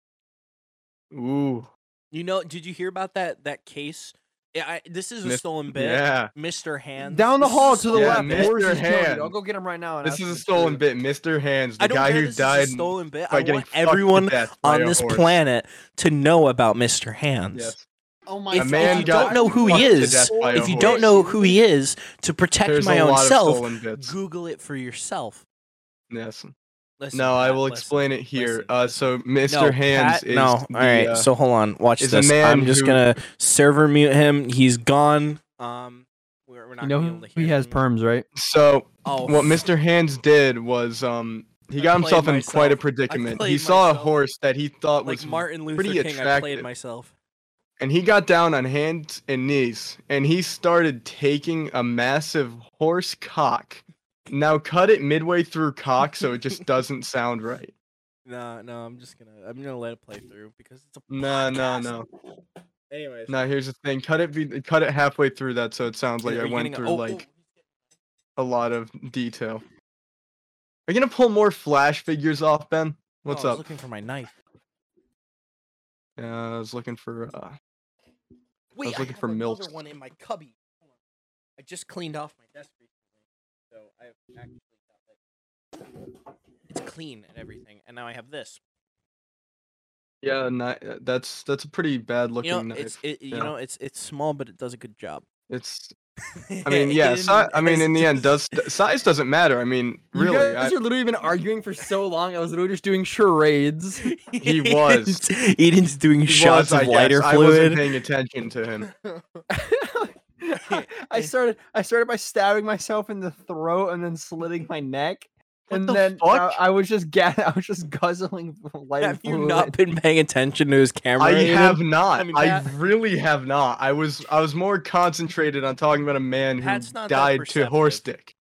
Speaker 3: Ooh,
Speaker 1: you know did you hear about that that case yeah I, this is a
Speaker 3: Mis-
Speaker 1: stolen bit
Speaker 3: yeah.
Speaker 1: mr hands
Speaker 2: Down the
Speaker 1: This is a
Speaker 2: hall to the
Speaker 1: stolen
Speaker 3: Yeah,
Speaker 1: bit.
Speaker 2: left. Horse
Speaker 3: Mr.
Speaker 2: is joking. I'll
Speaker 3: Hand.
Speaker 2: go get him right now. and
Speaker 3: This
Speaker 2: ask
Speaker 3: is
Speaker 2: him
Speaker 3: a
Speaker 2: to
Speaker 3: stolen
Speaker 2: do it.
Speaker 3: bit. Mr. Hands, the
Speaker 1: I don't
Speaker 3: guy
Speaker 1: care,
Speaker 3: who
Speaker 1: this
Speaker 3: died
Speaker 1: is a stolen bit
Speaker 3: by
Speaker 1: i
Speaker 3: getting
Speaker 1: want
Speaker 3: fucked to
Speaker 1: everyone
Speaker 3: death by
Speaker 1: on
Speaker 3: a
Speaker 1: this
Speaker 3: horse.
Speaker 1: planet to know about Mr. Hands.
Speaker 3: Yes.
Speaker 2: Oh my
Speaker 1: If,
Speaker 3: A
Speaker 1: if
Speaker 3: man
Speaker 1: you
Speaker 3: got
Speaker 1: don't know who
Speaker 3: fucked
Speaker 1: he
Speaker 3: to
Speaker 1: is,
Speaker 3: death by a
Speaker 1: if you
Speaker 3: horse.
Speaker 1: don't know who he is, to protect
Speaker 3: There's
Speaker 1: my
Speaker 3: a
Speaker 1: own
Speaker 3: lot of
Speaker 1: self,
Speaker 3: stolen bits.
Speaker 1: Google it for yourself.
Speaker 3: Yes.
Speaker 1: Listen,
Speaker 3: No, I
Speaker 1: Pat,
Speaker 3: will
Speaker 1: listen.
Speaker 3: explain it here.
Speaker 1: listen,
Speaker 3: uh, so Mr. Hands
Speaker 1: Pat-
Speaker 3: is
Speaker 1: no.
Speaker 3: the,
Speaker 1: all right,
Speaker 3: uh,
Speaker 1: so hold on. Watch
Speaker 3: is a
Speaker 1: this.
Speaker 3: man
Speaker 1: I'm just
Speaker 3: who-
Speaker 1: gonna server mute him. He's gone. Um, we're, we're not
Speaker 2: You know
Speaker 1: gonna be able
Speaker 2: who-
Speaker 1: to hear
Speaker 2: he has
Speaker 1: him.
Speaker 2: perms, right?
Speaker 3: so
Speaker 1: Oh,
Speaker 3: what
Speaker 1: f-
Speaker 3: Mr. Hands did was um he
Speaker 1: I
Speaker 3: got himself in
Speaker 1: played
Speaker 3: quite a
Speaker 1: myself.
Speaker 3: predicament. He
Speaker 1: played
Speaker 3: saw a
Speaker 1: myself.
Speaker 3: horse that he thought
Speaker 1: Like
Speaker 3: was
Speaker 1: Martin Luther
Speaker 3: pretty
Speaker 1: King, I played
Speaker 3: attractive.
Speaker 1: myself.
Speaker 3: and he got down on hands and knees and he started taking a massive horse cock. Now cut it midway through cock so it just doesn't sound right.
Speaker 1: No, no, I'm just gonna I'm gonna let it play through because it's a
Speaker 3: No, no,
Speaker 1: podcast.
Speaker 3: no.
Speaker 1: Anyways,
Speaker 3: Now here's the thing. Cut it be- cut it halfway through that so it sounds like
Speaker 1: are
Speaker 3: I
Speaker 1: you
Speaker 3: went
Speaker 1: getting a-
Speaker 3: through
Speaker 1: oh, oh,
Speaker 3: like a lot of detail. Are you gonna pull more flash figures off, Ben? What's
Speaker 1: no, Oh, I was
Speaker 3: up?
Speaker 1: looking for my knife.
Speaker 3: Uh, I was looking for. Uh,
Speaker 1: Wait,
Speaker 3: was looking
Speaker 1: have
Speaker 3: for milk.
Speaker 1: another one in my cubby. Hold on. I just cleaned off my desk recently, so I've actually got like it's clean and everything, and now I have this.
Speaker 3: yeah, not, uh, that's that's a pretty bad looking
Speaker 1: you know,
Speaker 3: knife.
Speaker 1: it's
Speaker 3: It's,
Speaker 1: it, you
Speaker 3: yeah.
Speaker 1: know, it's it's small, but it does a good job.
Speaker 3: I mean, yeah. si- I mean, in the end, does size doesn't matter. I mean, really,
Speaker 2: you
Speaker 3: I,
Speaker 2: guys are literally been arguing for so long. I was literally just doing charades.
Speaker 3: he was.
Speaker 1: Eden's doing
Speaker 3: he
Speaker 1: shots
Speaker 3: was, I
Speaker 1: of lighter
Speaker 3: guess. I wasn't
Speaker 1: fluid.
Speaker 3: paying attention to him.
Speaker 2: I started. I started by stabbing myself in the throat and then slitting my neck,
Speaker 3: What
Speaker 2: and
Speaker 3: the
Speaker 2: then
Speaker 3: fuck?
Speaker 2: I, I was just ga- I was just guzzling lighter
Speaker 1: Have you
Speaker 2: fluid.
Speaker 1: not been paying attention to his camera?
Speaker 3: I
Speaker 1: Aiden?
Speaker 3: have not. I,
Speaker 1: I mean, Pat-
Speaker 3: really have not. I was I was more concentrated on talking about a man who
Speaker 1: Pat's not that
Speaker 3: died to horse
Speaker 1: perceptive.
Speaker 3: dick.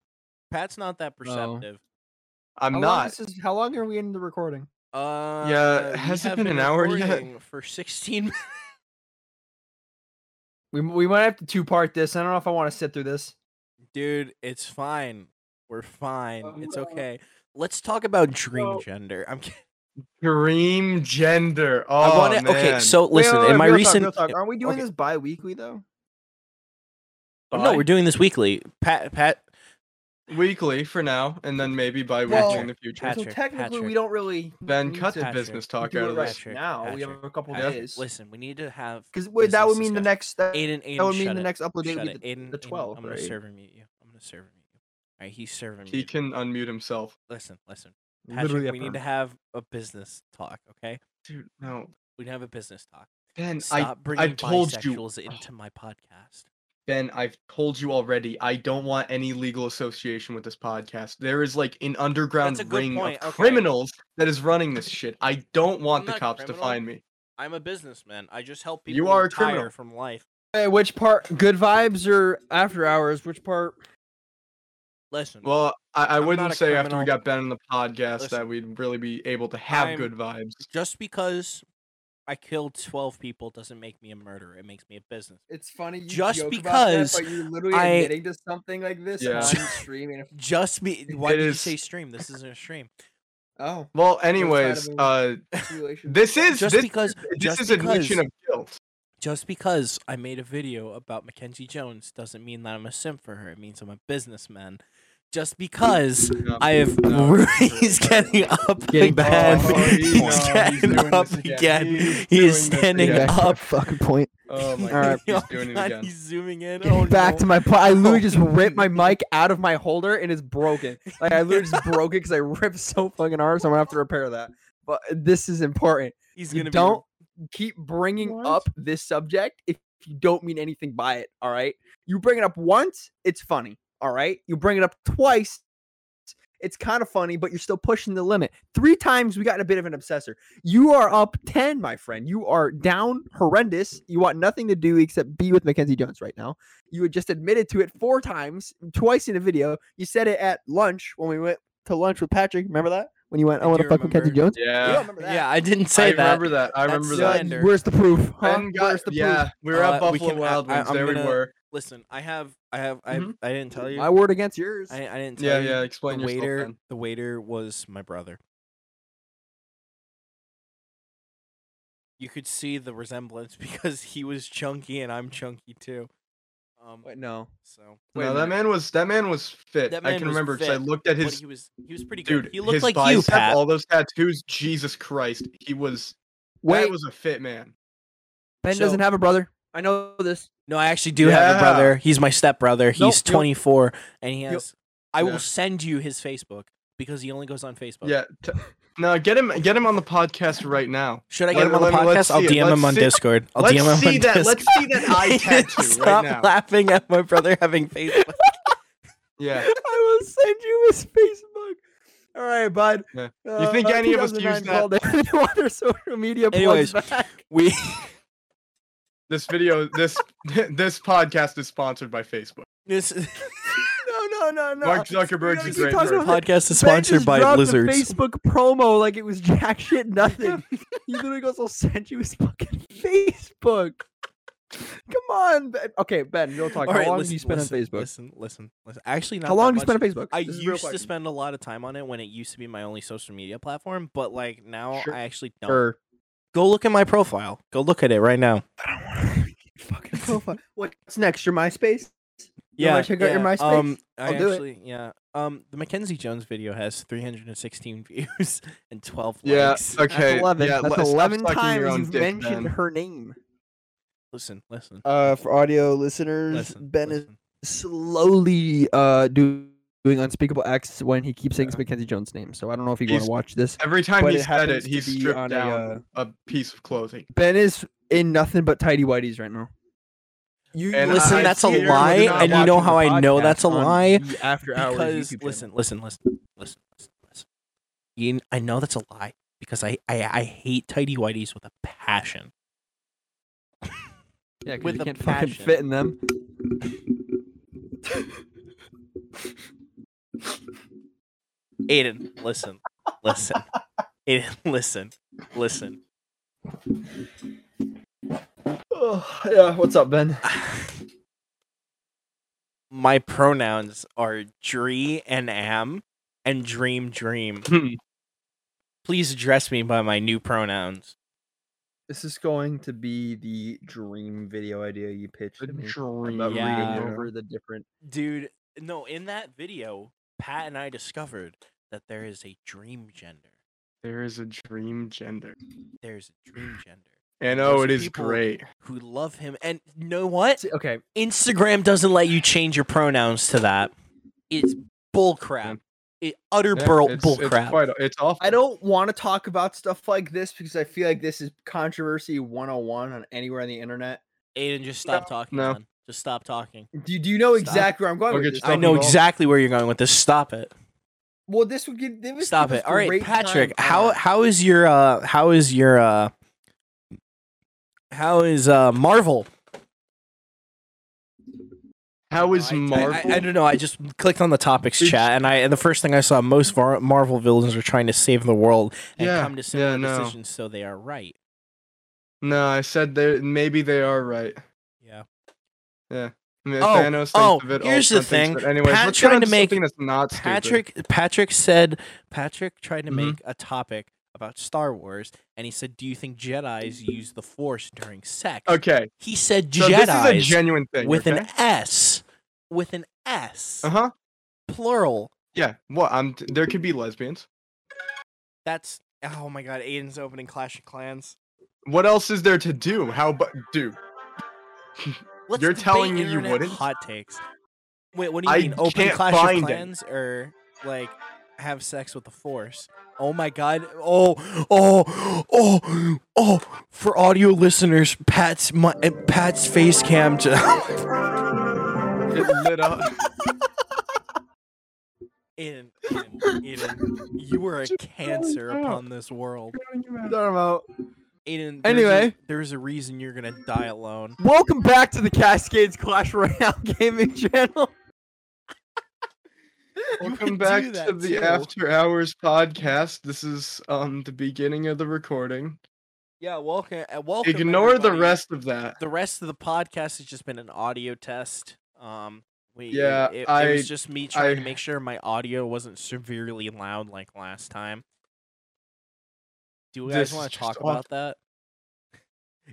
Speaker 1: Pat's not that perceptive.
Speaker 3: I'm
Speaker 2: how Long
Speaker 3: not.
Speaker 2: this is, how long are we in the recording?
Speaker 1: Uh, we
Speaker 3: has it
Speaker 1: have
Speaker 3: been an hour yet?
Speaker 1: recording For sixteen,
Speaker 2: We we might have to two part this. I don't know if I want to sit through this.
Speaker 1: dude, it's fine. We're fine. It's
Speaker 2: Um,
Speaker 1: okay. Let's talk about dream
Speaker 3: so-
Speaker 1: gender. I'm kidding.
Speaker 3: Dream gender. Oh
Speaker 1: I want to. Okay,
Speaker 3: man.
Speaker 1: so
Speaker 2: Wait,
Speaker 1: listen.
Speaker 2: wait, wait,
Speaker 1: in my
Speaker 2: real talk,
Speaker 1: recent,
Speaker 2: real talk. aren't we doing
Speaker 1: okay.
Speaker 2: this bi-weekly though?
Speaker 1: Oh, no, we're doing this weekly. Pat, Pat,
Speaker 3: weekly for now, and then maybe by weekly
Speaker 2: Well-
Speaker 3: in the future.
Speaker 1: Pat-
Speaker 2: so
Speaker 1: Patrick,
Speaker 2: technically, we
Speaker 1: Patrick.
Speaker 2: don't really.
Speaker 3: Ben,
Speaker 2: need
Speaker 3: cut the
Speaker 2: to
Speaker 1: Patrick,
Speaker 3: business
Speaker 2: do
Speaker 3: talk
Speaker 2: it
Speaker 3: out of
Speaker 2: right
Speaker 3: this.
Speaker 1: Patrick,
Speaker 2: now. we have
Speaker 1: Patrick,
Speaker 2: a couple
Speaker 1: Patrick,
Speaker 2: days.
Speaker 1: listen. We need to have
Speaker 2: Because wait, that
Speaker 1: business
Speaker 2: would mean the
Speaker 1: discussion.
Speaker 2: next. That,
Speaker 1: Aiden, Aiden,
Speaker 2: that would mean
Speaker 1: shut
Speaker 2: the
Speaker 1: it.
Speaker 2: next upload date.
Speaker 1: Shut
Speaker 2: we
Speaker 1: it.
Speaker 2: did-
Speaker 1: Aiden,
Speaker 2: the
Speaker 1: Aiden,
Speaker 2: 12th,
Speaker 1: I'm gonna
Speaker 2: right?
Speaker 1: server mute you. I'm gonna server mute you. All right, he's server mute.
Speaker 3: He can unmute himself.
Speaker 1: Listen, listen.
Speaker 2: literally
Speaker 1: Patrick,
Speaker 2: up
Speaker 1: we need
Speaker 2: on-
Speaker 1: to have a business talk, okay?
Speaker 3: Dude, no.
Speaker 1: We need to have a business talk.
Speaker 3: Ben, I
Speaker 1: Stop bringing
Speaker 3: told you-
Speaker 1: bisexuals into my podcast.
Speaker 3: Ben, I've told you already, I don't want any legal association with this podcast. There is like an underground
Speaker 1: That's a good
Speaker 3: ring
Speaker 1: point, okay.
Speaker 3: of criminals that is running this shit. I don't want
Speaker 1: I'm
Speaker 3: the
Speaker 1: not a
Speaker 3: cops to
Speaker 1: criminal.
Speaker 3: find me.
Speaker 1: I'm a businessman. I just help people
Speaker 3: You are a
Speaker 1: retire
Speaker 3: criminal.
Speaker 1: from life.
Speaker 2: Hey, which part? Good vibes or after hours? Which part?
Speaker 1: Listen,
Speaker 3: Well, I, I
Speaker 1: I'm not
Speaker 3: wouldn't
Speaker 1: a
Speaker 3: say after we
Speaker 1: criminal.
Speaker 3: got Ben on the podcast
Speaker 1: Listen,
Speaker 3: that we'd really be able to have
Speaker 1: I'm-
Speaker 3: good vibes.
Speaker 1: just because I killed 12 people doesn't make me a murderer. It makes me a business.
Speaker 2: It's funny. You
Speaker 1: Just
Speaker 2: joke
Speaker 1: because
Speaker 2: about that, but you're literally
Speaker 1: I-
Speaker 2: admitting to something like this
Speaker 3: Yeah.
Speaker 2: on stream. And
Speaker 1: Just be. Why
Speaker 3: It
Speaker 1: did you
Speaker 3: is-
Speaker 1: say stream? This isn't a stream.
Speaker 2: oh,
Speaker 3: Well, anyways,
Speaker 2: of a-
Speaker 3: uh,
Speaker 2: congratulations.
Speaker 3: this is
Speaker 1: Just
Speaker 3: this,
Speaker 1: because.
Speaker 3: this
Speaker 1: just
Speaker 3: is
Speaker 1: because,
Speaker 3: admission of guilt.
Speaker 1: Just because I made a video about Mackenzie Jones doesn't mean that I'm a simp for her. It means I'm a businessman. Just because
Speaker 3: No.
Speaker 1: I have.
Speaker 3: No, it's true.
Speaker 1: he's getting up
Speaker 2: Getting
Speaker 1: again.
Speaker 2: Oh, he-
Speaker 1: he's
Speaker 2: no, he's
Speaker 1: getting
Speaker 3: doing
Speaker 1: up
Speaker 3: this again.
Speaker 1: again. He
Speaker 3: He's
Speaker 1: is
Speaker 3: doing this
Speaker 1: standing
Speaker 3: again.
Speaker 1: up.
Speaker 2: fucking point.
Speaker 3: Oh my
Speaker 2: All
Speaker 3: god,
Speaker 2: right.
Speaker 3: he's doing it
Speaker 1: God,
Speaker 3: again.
Speaker 1: He's zooming in.
Speaker 2: Getting
Speaker 1: Oh,
Speaker 2: back
Speaker 1: no.
Speaker 2: to my point. I literally just
Speaker 1: Oh.
Speaker 2: ripped my mic out of my holder and it's broken. Like I literally just broke it because I ripped so fucking hard. So I'm gonna have to repair that. But this is important.
Speaker 1: He's
Speaker 2: You
Speaker 1: gonna
Speaker 2: don't keep bringing
Speaker 3: What?
Speaker 2: up this subject if you don't mean anything by it. All right. You bring it up once, it's funny. All right. You bring it up twice, it's kind of funny, but you're still pushing the limit. Three times we got a bit of an obsessor. You are up 10, my friend. You are down horrendous. You want nothing to do except be with Mackenzie Jones right now. You had just admitted to it four times, twice in a video. You said it at lunch when we went to lunch with Patrick. Remember that? When you went, I,
Speaker 1: I
Speaker 2: want
Speaker 1: do
Speaker 2: to fuck Mackenzie
Speaker 1: remember.
Speaker 2: Jones? You don't
Speaker 3: Yeah,
Speaker 2: remember
Speaker 1: be.
Speaker 2: that.
Speaker 1: Yeah, I didn't
Speaker 3: I
Speaker 1: say that.
Speaker 3: remember that. I
Speaker 1: That's
Speaker 3: remember
Speaker 1: Yeah,
Speaker 3: that.
Speaker 1: slander.
Speaker 2: Where's the proof? Huh?
Speaker 3: Ben
Speaker 2: Where's
Speaker 3: got,
Speaker 2: the proof?
Speaker 3: yeah, we were at
Speaker 1: Uh, we
Speaker 3: Buffalo
Speaker 1: can- I-
Speaker 3: Wild
Speaker 1: I-
Speaker 3: Wings.
Speaker 1: I'm
Speaker 3: there we
Speaker 1: gonna-
Speaker 3: were.
Speaker 1: Listen, I have, I have, I, have, I didn't tell you.
Speaker 2: My word against yours.
Speaker 1: I, I didn't tell
Speaker 3: Yeah,
Speaker 1: you.
Speaker 3: yeah. Explain
Speaker 1: the
Speaker 3: yourself.
Speaker 1: waiter,
Speaker 3: Ben.
Speaker 1: the waiter was my brother. You could see the resemblance because he was chunky and I'm chunky too. Um,
Speaker 2: Wait, no.
Speaker 1: so
Speaker 2: Wait
Speaker 3: no,
Speaker 2: a
Speaker 3: that
Speaker 2: minute.
Speaker 3: man was that man was fit.
Speaker 1: That
Speaker 3: I
Speaker 1: man
Speaker 3: can
Speaker 1: was
Speaker 3: remember because I
Speaker 1: fit,
Speaker 3: looked at
Speaker 1: but
Speaker 3: his
Speaker 1: he was he was pretty good.
Speaker 3: dude.
Speaker 1: he looked
Speaker 3: his
Speaker 1: like you,
Speaker 3: bicep,
Speaker 1: Pat.
Speaker 3: All those tattoos. Jesus Christ, he was.
Speaker 2: Wait,
Speaker 3: that was a fit man.
Speaker 2: Ben
Speaker 1: so-
Speaker 2: doesn't have a brother. I know this.
Speaker 1: No, I actually do have a
Speaker 3: Yeah.
Speaker 1: brother. He's my stepbrother.
Speaker 2: Nope,
Speaker 1: He's
Speaker 2: you'll-
Speaker 1: 24 and he
Speaker 2: you'll-
Speaker 1: has I
Speaker 3: Yeah.
Speaker 1: will send you his Facebook. because he only goes on Facebook.
Speaker 3: Yeah. T- no, get him get him on the podcast right now.
Speaker 1: Should I get
Speaker 3: Let-
Speaker 1: him on the
Speaker 3: let me- let's
Speaker 1: podcast? I'll
Speaker 3: see it.
Speaker 1: DM him
Speaker 3: Let's
Speaker 1: on
Speaker 3: see-
Speaker 1: Discord. I'll
Speaker 3: let's
Speaker 1: DM him
Speaker 3: see
Speaker 1: on
Speaker 3: that-
Speaker 1: Discord.
Speaker 3: let's see that eye tattoo right
Speaker 1: Stop
Speaker 3: now.
Speaker 1: laughing at my brother having Facebook.
Speaker 3: Yeah.
Speaker 2: I will send you his Facebook. All right, bud. Uh,
Speaker 3: Yeah. You think any of us use
Speaker 2: 2009
Speaker 3: that?
Speaker 2: called it Any other social media? plugs
Speaker 1: Anyways.
Speaker 2: back?
Speaker 1: We
Speaker 3: This video this this podcast is sponsored by Facebook.
Speaker 1: this
Speaker 2: no, no, no, no.
Speaker 3: Mark
Speaker 2: We
Speaker 3: Zuckerberg's
Speaker 2: don't
Speaker 3: a
Speaker 2: need to
Speaker 3: great
Speaker 2: talk
Speaker 3: person.
Speaker 2: about that.
Speaker 1: podcast is
Speaker 2: Ben
Speaker 1: sponsored
Speaker 2: just
Speaker 1: by
Speaker 2: dropped a
Speaker 1: lizards.
Speaker 2: Facebook promo like it was jack shit, nothing. he literally goes, "I'll send you his fucking Facebook." Come on, Ben. Okay, Ben, you'll talk.
Speaker 1: All
Speaker 2: How
Speaker 1: right,
Speaker 2: long
Speaker 1: listen,
Speaker 2: do you spend
Speaker 1: listen,
Speaker 2: on Facebook?
Speaker 1: Listen, listen, listen. Actually, not
Speaker 2: How
Speaker 1: that
Speaker 2: long do you
Speaker 1: much.
Speaker 2: spend on Facebook?
Speaker 1: I
Speaker 2: This is a real
Speaker 1: used to
Speaker 2: question.
Speaker 1: spend a lot of time on it when it used to be my only social media platform, but like now
Speaker 3: Sure.
Speaker 1: I actually don't.
Speaker 2: Sure.
Speaker 1: Go look at my profile. Go look at it right now.
Speaker 2: I don't want to fucking profile. What's next? Your MySpace? You
Speaker 1: Yeah,
Speaker 2: wanna check out your MySpace?
Speaker 1: Um, I
Speaker 2: I'll do it.
Speaker 1: actually, yeah. Um, the Mackenzie Jones video has 316 views and 12
Speaker 3: Yeah.
Speaker 1: likes.
Speaker 3: Okay.
Speaker 2: That's eleven.
Speaker 3: Yeah,
Speaker 2: That's
Speaker 3: let- stop
Speaker 2: eleven
Speaker 3: sucking your
Speaker 2: times
Speaker 3: own
Speaker 2: you've
Speaker 3: dick,
Speaker 2: mentioned
Speaker 3: Ben.
Speaker 2: her name.
Speaker 1: Listen, listen,
Speaker 2: Uh, for audio listeners,
Speaker 1: listen.
Speaker 2: Ben
Speaker 1: listen.
Speaker 2: is slowly uh do, doing unspeakable acts when he keeps saying it's Mackenzie Jones' name. So I don't know if you want
Speaker 3: He's-
Speaker 2: to watch this.
Speaker 3: Every time
Speaker 2: But
Speaker 3: he
Speaker 2: it
Speaker 3: said
Speaker 2: happens to
Speaker 3: it, he
Speaker 2: be
Speaker 3: stripped
Speaker 2: on a, uh,
Speaker 3: down a, piece of clothing.
Speaker 2: Ben is in nothing but tidy whities right now. You
Speaker 3: And
Speaker 1: listen,
Speaker 3: I
Speaker 1: that's a
Speaker 3: fear we're
Speaker 1: lie,
Speaker 3: not
Speaker 1: and you know
Speaker 2: watching
Speaker 1: how
Speaker 2: the
Speaker 1: I know that's a
Speaker 2: podcast on
Speaker 1: lie
Speaker 2: the After hours.
Speaker 1: because
Speaker 2: YouTube channel.
Speaker 1: listen, listen, listen, listen, listen, listen. You, kn- I know that's a lie because I, I, I hate tidy whities with a passion.
Speaker 2: yeah, 'cause
Speaker 1: with
Speaker 2: you
Speaker 1: a
Speaker 2: can't fucking
Speaker 1: passion.
Speaker 2: fit in them.
Speaker 1: Aiden, listen, listen, Aiden, listen, listen.
Speaker 2: Oh, yeah, what's up, Ben?
Speaker 1: My pronouns are dree and am, and dream dream. Please address me by my new pronouns.
Speaker 2: This is going to be the dream video idea you pitched to me. about
Speaker 1: Yeah.
Speaker 2: reading over the different.
Speaker 1: Dude, no, in that video, Pat and I discovered that there is a dream gender.
Speaker 3: There is a dream gender.
Speaker 1: There's a dream gender
Speaker 3: And
Speaker 1: Those
Speaker 3: oh, it is
Speaker 1: people-
Speaker 3: great.
Speaker 1: who love him. And you know what?
Speaker 2: See, okay,
Speaker 1: Instagram doesn't let you change your pronouns to that. It's bullcrap. It utter
Speaker 3: Yeah,
Speaker 1: burl-
Speaker 3: it's- It's,
Speaker 1: bullcrap.
Speaker 3: quite, it's awful.
Speaker 2: I don't want to talk about stuff like this because I feel like this is controversy 101 on anywhere on the internet.
Speaker 1: Aiden, just stop talking.
Speaker 3: no.
Speaker 1: man. Just stop talking.
Speaker 2: Do, do you know
Speaker 1: Stop.
Speaker 2: exactly where I'm going
Speaker 3: Don't
Speaker 2: with
Speaker 3: get
Speaker 2: this?
Speaker 1: I
Speaker 3: Stop
Speaker 1: know
Speaker 3: involved.
Speaker 1: exactly where you're going with this. Stop it.
Speaker 2: Well, this would give. This would
Speaker 1: Stop
Speaker 2: give
Speaker 1: it.
Speaker 2: us
Speaker 1: All right,
Speaker 2: great
Speaker 1: Patrick.
Speaker 2: time
Speaker 1: How
Speaker 2: on-
Speaker 1: how is your uh how is your uh how is uh Marvel?
Speaker 3: How is
Speaker 2: I- I-
Speaker 1: I-
Speaker 2: I-
Speaker 3: Marvel?
Speaker 1: I, I don't know. I just clicked on the topics
Speaker 3: Did
Speaker 1: chat, and I and the first thing I saw, most Var- Marvel villains are trying to save the world and
Speaker 3: Yeah,
Speaker 1: come to
Speaker 3: yeah,
Speaker 1: similar
Speaker 3: no.
Speaker 1: decisions, so they are right.
Speaker 3: no, I said they maybe they are right.
Speaker 1: Yeah.
Speaker 3: I mean,
Speaker 1: Oh,
Speaker 3: Thanos thinks
Speaker 1: oh,
Speaker 3: of it.
Speaker 1: here's the
Speaker 3: Ultron thinks of
Speaker 1: thing.
Speaker 3: it. Anyways,
Speaker 1: Pat
Speaker 3: let's get
Speaker 1: tried
Speaker 3: on
Speaker 1: to make
Speaker 3: something that's not stupid.
Speaker 1: Patrick Patrick said Patrick tried to
Speaker 3: Mhm.
Speaker 1: make a topic about Star Wars, and he said, "Do you think Jedi's use the Force during sex?"
Speaker 3: Okay,
Speaker 1: He said
Speaker 3: so
Speaker 1: Jedi's
Speaker 3: this is a genuine thing.
Speaker 1: with
Speaker 3: okay?
Speaker 1: an S, with an S,
Speaker 3: Uh huh.
Speaker 1: plural.
Speaker 3: Yeah. Well, I'm. t- There could be lesbians.
Speaker 1: That's oh my god, Aiden's opening Clash of Clans.
Speaker 3: What else is there to do? How? But do
Speaker 1: Let's
Speaker 3: You're
Speaker 1: debate
Speaker 3: telling me you
Speaker 1: internet
Speaker 3: wouldn't?
Speaker 1: Hot takes. Wait, what do you
Speaker 3: I
Speaker 1: mean? Open
Speaker 3: can't
Speaker 1: Clash of
Speaker 3: find it.
Speaker 1: Clans or like have sex with the Force? Oh my god! Oh, oh, oh, oh! For audio listeners, Pat's my, uh, Pat's face cam. Just
Speaker 3: it lit up.
Speaker 1: Aiden, Aiden, Aiden, you were a
Speaker 3: Just
Speaker 1: cancer
Speaker 3: going out.
Speaker 1: upon this world.
Speaker 2: What are you talking about?
Speaker 1: Aiden. there's a-
Speaker 2: Anyway.
Speaker 1: there's a reason you're gonna die alone.
Speaker 2: Welcome back to the Cascades Clash Royale Gaming Channel.
Speaker 1: You
Speaker 3: Welcome
Speaker 1: would
Speaker 3: back
Speaker 1: do
Speaker 3: to
Speaker 1: that
Speaker 3: the
Speaker 1: too.
Speaker 3: After Hours podcast. This is um the beginning of the recording.
Speaker 1: Yeah, welcome. uh, Welcome.
Speaker 3: Ignore the
Speaker 1: everybody.
Speaker 3: rest of that.
Speaker 1: The rest of the podcast has just been an audio test. Um, we,
Speaker 3: Yeah,
Speaker 1: it, it
Speaker 3: I-
Speaker 1: was just me trying to
Speaker 3: I-
Speaker 1: make sure my audio wasn't severely loud like last time. Do we
Speaker 3: This
Speaker 1: guys
Speaker 3: is
Speaker 1: want to
Speaker 3: just
Speaker 1: talk
Speaker 3: awful.
Speaker 1: about that?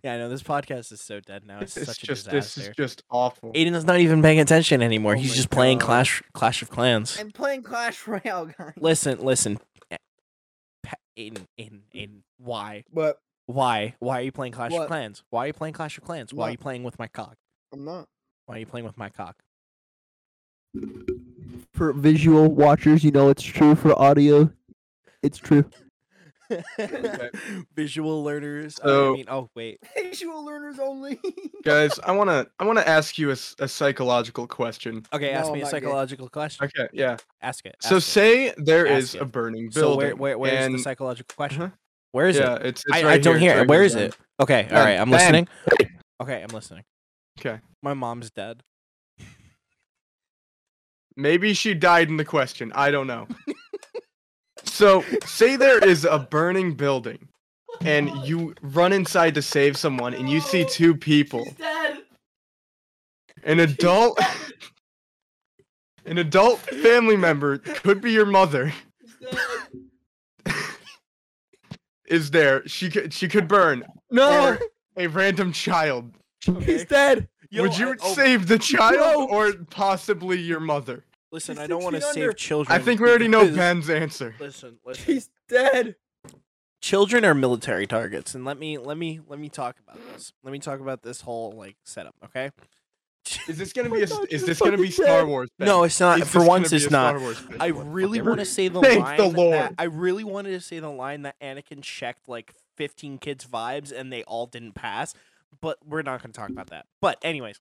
Speaker 1: Yeah, I know this podcast is so dead now. It's,
Speaker 3: It's
Speaker 1: such a
Speaker 3: just this is
Speaker 1: disaster.
Speaker 3: just awful.
Speaker 1: Aiden's not even paying attention anymore.
Speaker 2: Oh
Speaker 1: He's
Speaker 2: my
Speaker 1: just playing
Speaker 2: God.
Speaker 1: Clash Clash of Clans.
Speaker 2: I'm playing Clash Royale, guys.
Speaker 1: Listen, listen. A- Pa- Aiden, Aiden, Aiden. Why?
Speaker 2: But
Speaker 1: Why? Why are you playing Clash
Speaker 2: What?
Speaker 1: of Clans? Why are you playing Clash of Clans? Why are
Speaker 2: What?
Speaker 1: you playing with my cock?
Speaker 2: I'm not.
Speaker 1: Why are you playing with my cock?
Speaker 2: for visual watchers. You know it's true for audio. It's true.
Speaker 1: Visual learners. oh, I
Speaker 3: So-
Speaker 1: mean, oh wait.
Speaker 2: Visual learners only.
Speaker 3: Guys, I want to I want to ask you a, s- a psychological question.
Speaker 1: Okay, ask
Speaker 2: No,
Speaker 1: me a
Speaker 2: I'm not gay.
Speaker 1: psychological question.
Speaker 3: Okay, yeah.
Speaker 1: Ask it.
Speaker 3: So
Speaker 1: ask it.
Speaker 3: say there is
Speaker 1: Ask
Speaker 3: a
Speaker 1: it.
Speaker 3: burning building.
Speaker 1: So where where where is
Speaker 3: and-
Speaker 1: the psychological question?
Speaker 3: Uh-huh.
Speaker 1: Where is
Speaker 3: yeah,
Speaker 1: it?
Speaker 3: it's, it's
Speaker 1: I,
Speaker 3: right
Speaker 1: I don't
Speaker 3: here,
Speaker 1: hear
Speaker 3: it's
Speaker 1: it.
Speaker 3: right
Speaker 1: Where
Speaker 3: here,
Speaker 1: is
Speaker 3: Ben.
Speaker 1: it? Okay, all
Speaker 3: Ben,
Speaker 1: right, I'm
Speaker 3: Ben.
Speaker 1: listening. Okay, I'm listening.
Speaker 3: Okay.
Speaker 1: My mom's dead.
Speaker 3: Maybe she died in the question. I don't know. so, say there is a burning building and you run inside to save someone and you see two people. An adult An adult family member could be your mother. Is there? She could she could burn.
Speaker 2: No,
Speaker 3: Or a random child.
Speaker 2: he's dead.
Speaker 3: Would you
Speaker 1: oh,
Speaker 3: save the child
Speaker 2: No.
Speaker 3: or possibly your mother?
Speaker 1: listen?
Speaker 2: He's
Speaker 1: I don't
Speaker 2: six
Speaker 1: want to
Speaker 2: feet
Speaker 1: save
Speaker 2: under.
Speaker 1: children.
Speaker 3: I think we already know
Speaker 1: because-
Speaker 3: Ben's answer.
Speaker 1: Listen, listen.
Speaker 2: He's dead.
Speaker 1: children are military targets and let me let me let me talk about this let me talk about this whole like setup okay
Speaker 3: Is this gonna be a,
Speaker 2: I thought
Speaker 3: is
Speaker 2: you
Speaker 3: this gonna be
Speaker 2: fucking
Speaker 3: Star
Speaker 2: said-
Speaker 3: Wars? Ben?
Speaker 1: no it's not
Speaker 3: Is
Speaker 1: for
Speaker 3: this
Speaker 1: once
Speaker 3: gonna be
Speaker 1: it's
Speaker 3: a Star
Speaker 1: not
Speaker 3: Wars Ben?
Speaker 1: i
Speaker 3: What
Speaker 1: really
Speaker 3: fucking
Speaker 1: want to
Speaker 3: ever?
Speaker 1: say the line
Speaker 3: Thank the
Speaker 1: that,
Speaker 3: Lord.
Speaker 1: i really wanted to say the line that anakin checked like 15 kids vibes and they all didn't pass but we're not going to talk about that but anyways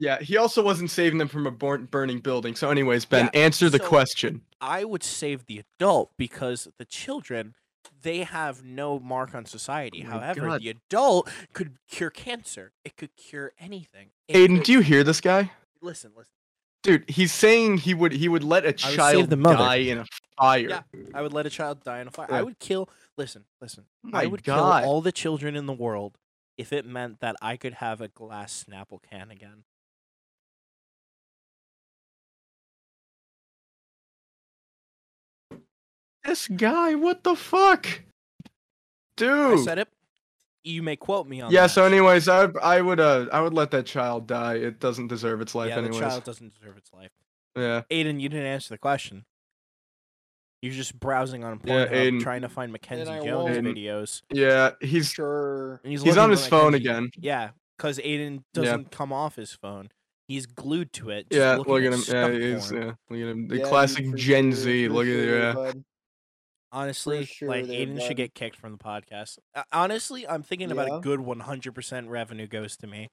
Speaker 3: Yeah, he also wasn't saving them from a bur- burning building. So, anyways, Ben, answer the
Speaker 1: so-
Speaker 3: question.
Speaker 1: i would save the adult because the children they have no mark on society
Speaker 3: Oh my
Speaker 1: however
Speaker 3: God.
Speaker 1: the adult could cure cancer it could cure anything It
Speaker 3: Aiden,
Speaker 1: could-
Speaker 3: do you hear this guy?
Speaker 1: listen listen
Speaker 3: Dude, he's saying he would he would let a
Speaker 1: save
Speaker 3: child
Speaker 1: the mother.
Speaker 3: die in a fire.
Speaker 1: Yeah. I would let a child die in a fire. I
Speaker 3: Yeah.
Speaker 1: would kill. Listen, listen.
Speaker 3: Oh My
Speaker 1: I would
Speaker 3: God.
Speaker 1: kill all the children in the world if it meant that I could have a glass Snapple can again.
Speaker 3: This guy, what the fuck? Dude.
Speaker 1: I said it. You may quote me on
Speaker 3: yeah,
Speaker 1: that.
Speaker 3: so anyways, I I would uh I would let that child die. It doesn't deserve its life
Speaker 1: yeah,
Speaker 3: anyways.
Speaker 1: the child doesn't deserve its life.
Speaker 3: Yeah.
Speaker 1: Aiden, you didn't answer the question. You're just browsing on
Speaker 3: Yeah,
Speaker 1: Pornhub,
Speaker 3: Aiden.
Speaker 1: trying to find Mackenzie
Speaker 2: I
Speaker 1: Jones
Speaker 3: won't.
Speaker 1: videos.
Speaker 3: Yeah, he's
Speaker 2: Sure.
Speaker 1: And he's
Speaker 3: he's
Speaker 1: looking
Speaker 3: on
Speaker 1: for
Speaker 3: his phone
Speaker 1: Mackenzie-
Speaker 3: again.
Speaker 1: Yeah, because Aiden
Speaker 3: Yeah.
Speaker 1: doesn't come off his phone. He's glued to it. just
Speaker 3: Yeah,
Speaker 1: looking
Speaker 3: look at him.
Speaker 1: stuff
Speaker 3: Yeah, he's,
Speaker 1: porn.
Speaker 3: yeah, look at him. The
Speaker 2: Yeah, you
Speaker 3: classic
Speaker 2: for
Speaker 3: Gen
Speaker 2: sure-
Speaker 3: Z.
Speaker 2: for
Speaker 3: Look at
Speaker 2: sure,
Speaker 3: yeah.
Speaker 2: bud.
Speaker 1: Honestly,
Speaker 2: sure
Speaker 1: like
Speaker 2: there,
Speaker 1: Aiden
Speaker 2: bud.
Speaker 1: should get kicked from the podcast. Uh, honestly, I'm thinking about
Speaker 2: Yeah.
Speaker 1: a good 100% revenue goes to me.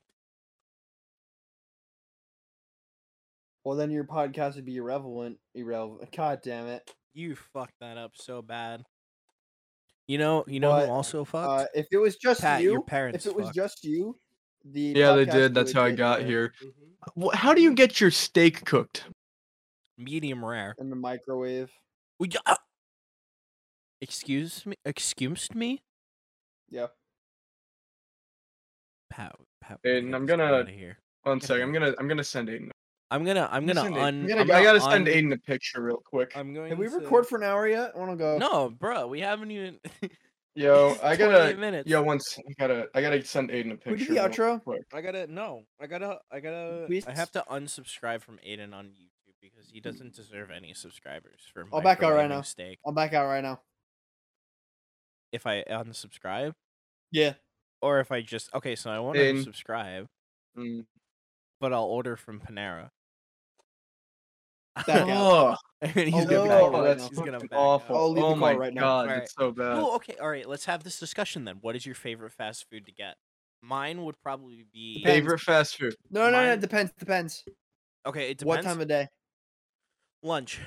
Speaker 2: Well, then your podcast would be irrelevant. Irrelevant. God damn it.
Speaker 1: You fucked that up so bad. You know, you know
Speaker 2: What?
Speaker 1: who also fucked?
Speaker 2: Uh, if it was just
Speaker 1: Pat,
Speaker 2: you,
Speaker 1: your parents
Speaker 2: if it was
Speaker 1: fucked.
Speaker 2: just you, the
Speaker 3: Yeah, they
Speaker 2: podcast
Speaker 3: did. That's
Speaker 2: would
Speaker 3: how I
Speaker 2: get
Speaker 3: got
Speaker 2: there.
Speaker 3: here.
Speaker 1: Mm-hmm.
Speaker 3: Wh- How do you get your steak cooked?
Speaker 1: medium rare.
Speaker 2: in the microwave.
Speaker 1: We j- uh, excuse me, excuse me,
Speaker 2: Yeah.
Speaker 1: Pat. Pat
Speaker 3: Aiden, I'm gonna-
Speaker 1: out of here.
Speaker 3: One second, I'm gonna I'm gonna send Aiden.
Speaker 1: I'm gonna. I'm gonna.
Speaker 3: send Aiden-
Speaker 1: Un,
Speaker 3: I'm gonna-
Speaker 1: I'm
Speaker 3: I gotta
Speaker 1: gonna
Speaker 3: send
Speaker 1: un-
Speaker 3: Aiden a picture real quick.
Speaker 1: I'm going.
Speaker 2: Did we
Speaker 1: to-
Speaker 2: record for an hour yet? I want to go.
Speaker 1: No, bro, we haven't even.
Speaker 3: Yo,
Speaker 1: it's
Speaker 3: I
Speaker 1: 28
Speaker 3: gotta.
Speaker 1: minutes.
Speaker 3: Yo, once I gotta I gotta send Aiden a picture.
Speaker 2: Who did the
Speaker 3: real
Speaker 2: outro?
Speaker 3: quick.
Speaker 1: I gotta no. I gotta I gotta
Speaker 2: Please.
Speaker 1: I have to unsubscribe from Aiden on YouTube because he doesn't deserve any subscribers for
Speaker 2: I'll back out right now.
Speaker 1: Steak.
Speaker 2: I'm back out right now.
Speaker 1: If I unsubscribe
Speaker 2: Yeah.
Speaker 1: or if I just okay, so I want to
Speaker 3: Aiden.
Speaker 1: subscribe,
Speaker 3: Mm.
Speaker 1: but I'll order from Panera.
Speaker 2: Back out.
Speaker 3: Oh,
Speaker 1: and he's
Speaker 2: I'll
Speaker 1: gonna
Speaker 2: leave the
Speaker 1: back
Speaker 2: call
Speaker 1: out.
Speaker 2: right
Speaker 3: that's
Speaker 2: now.
Speaker 1: he's gonna
Speaker 3: fucking
Speaker 1: back
Speaker 3: awful.
Speaker 1: out.
Speaker 2: I'll leave the
Speaker 3: oh
Speaker 2: call
Speaker 3: my
Speaker 2: right now.
Speaker 3: god,
Speaker 1: Alright.
Speaker 3: it's so
Speaker 2: Oh,
Speaker 3: bad.
Speaker 1: Well, okay, all right. Let's have this discussion then. What is your favorite fast food to get? Mine would probably be
Speaker 2: Depends.
Speaker 3: Favorite fast food.
Speaker 2: No, no, no.
Speaker 1: Mine-
Speaker 2: It depends. Depends.
Speaker 1: Okay, it
Speaker 2: What
Speaker 1: depends.
Speaker 2: time of day?
Speaker 1: lunch,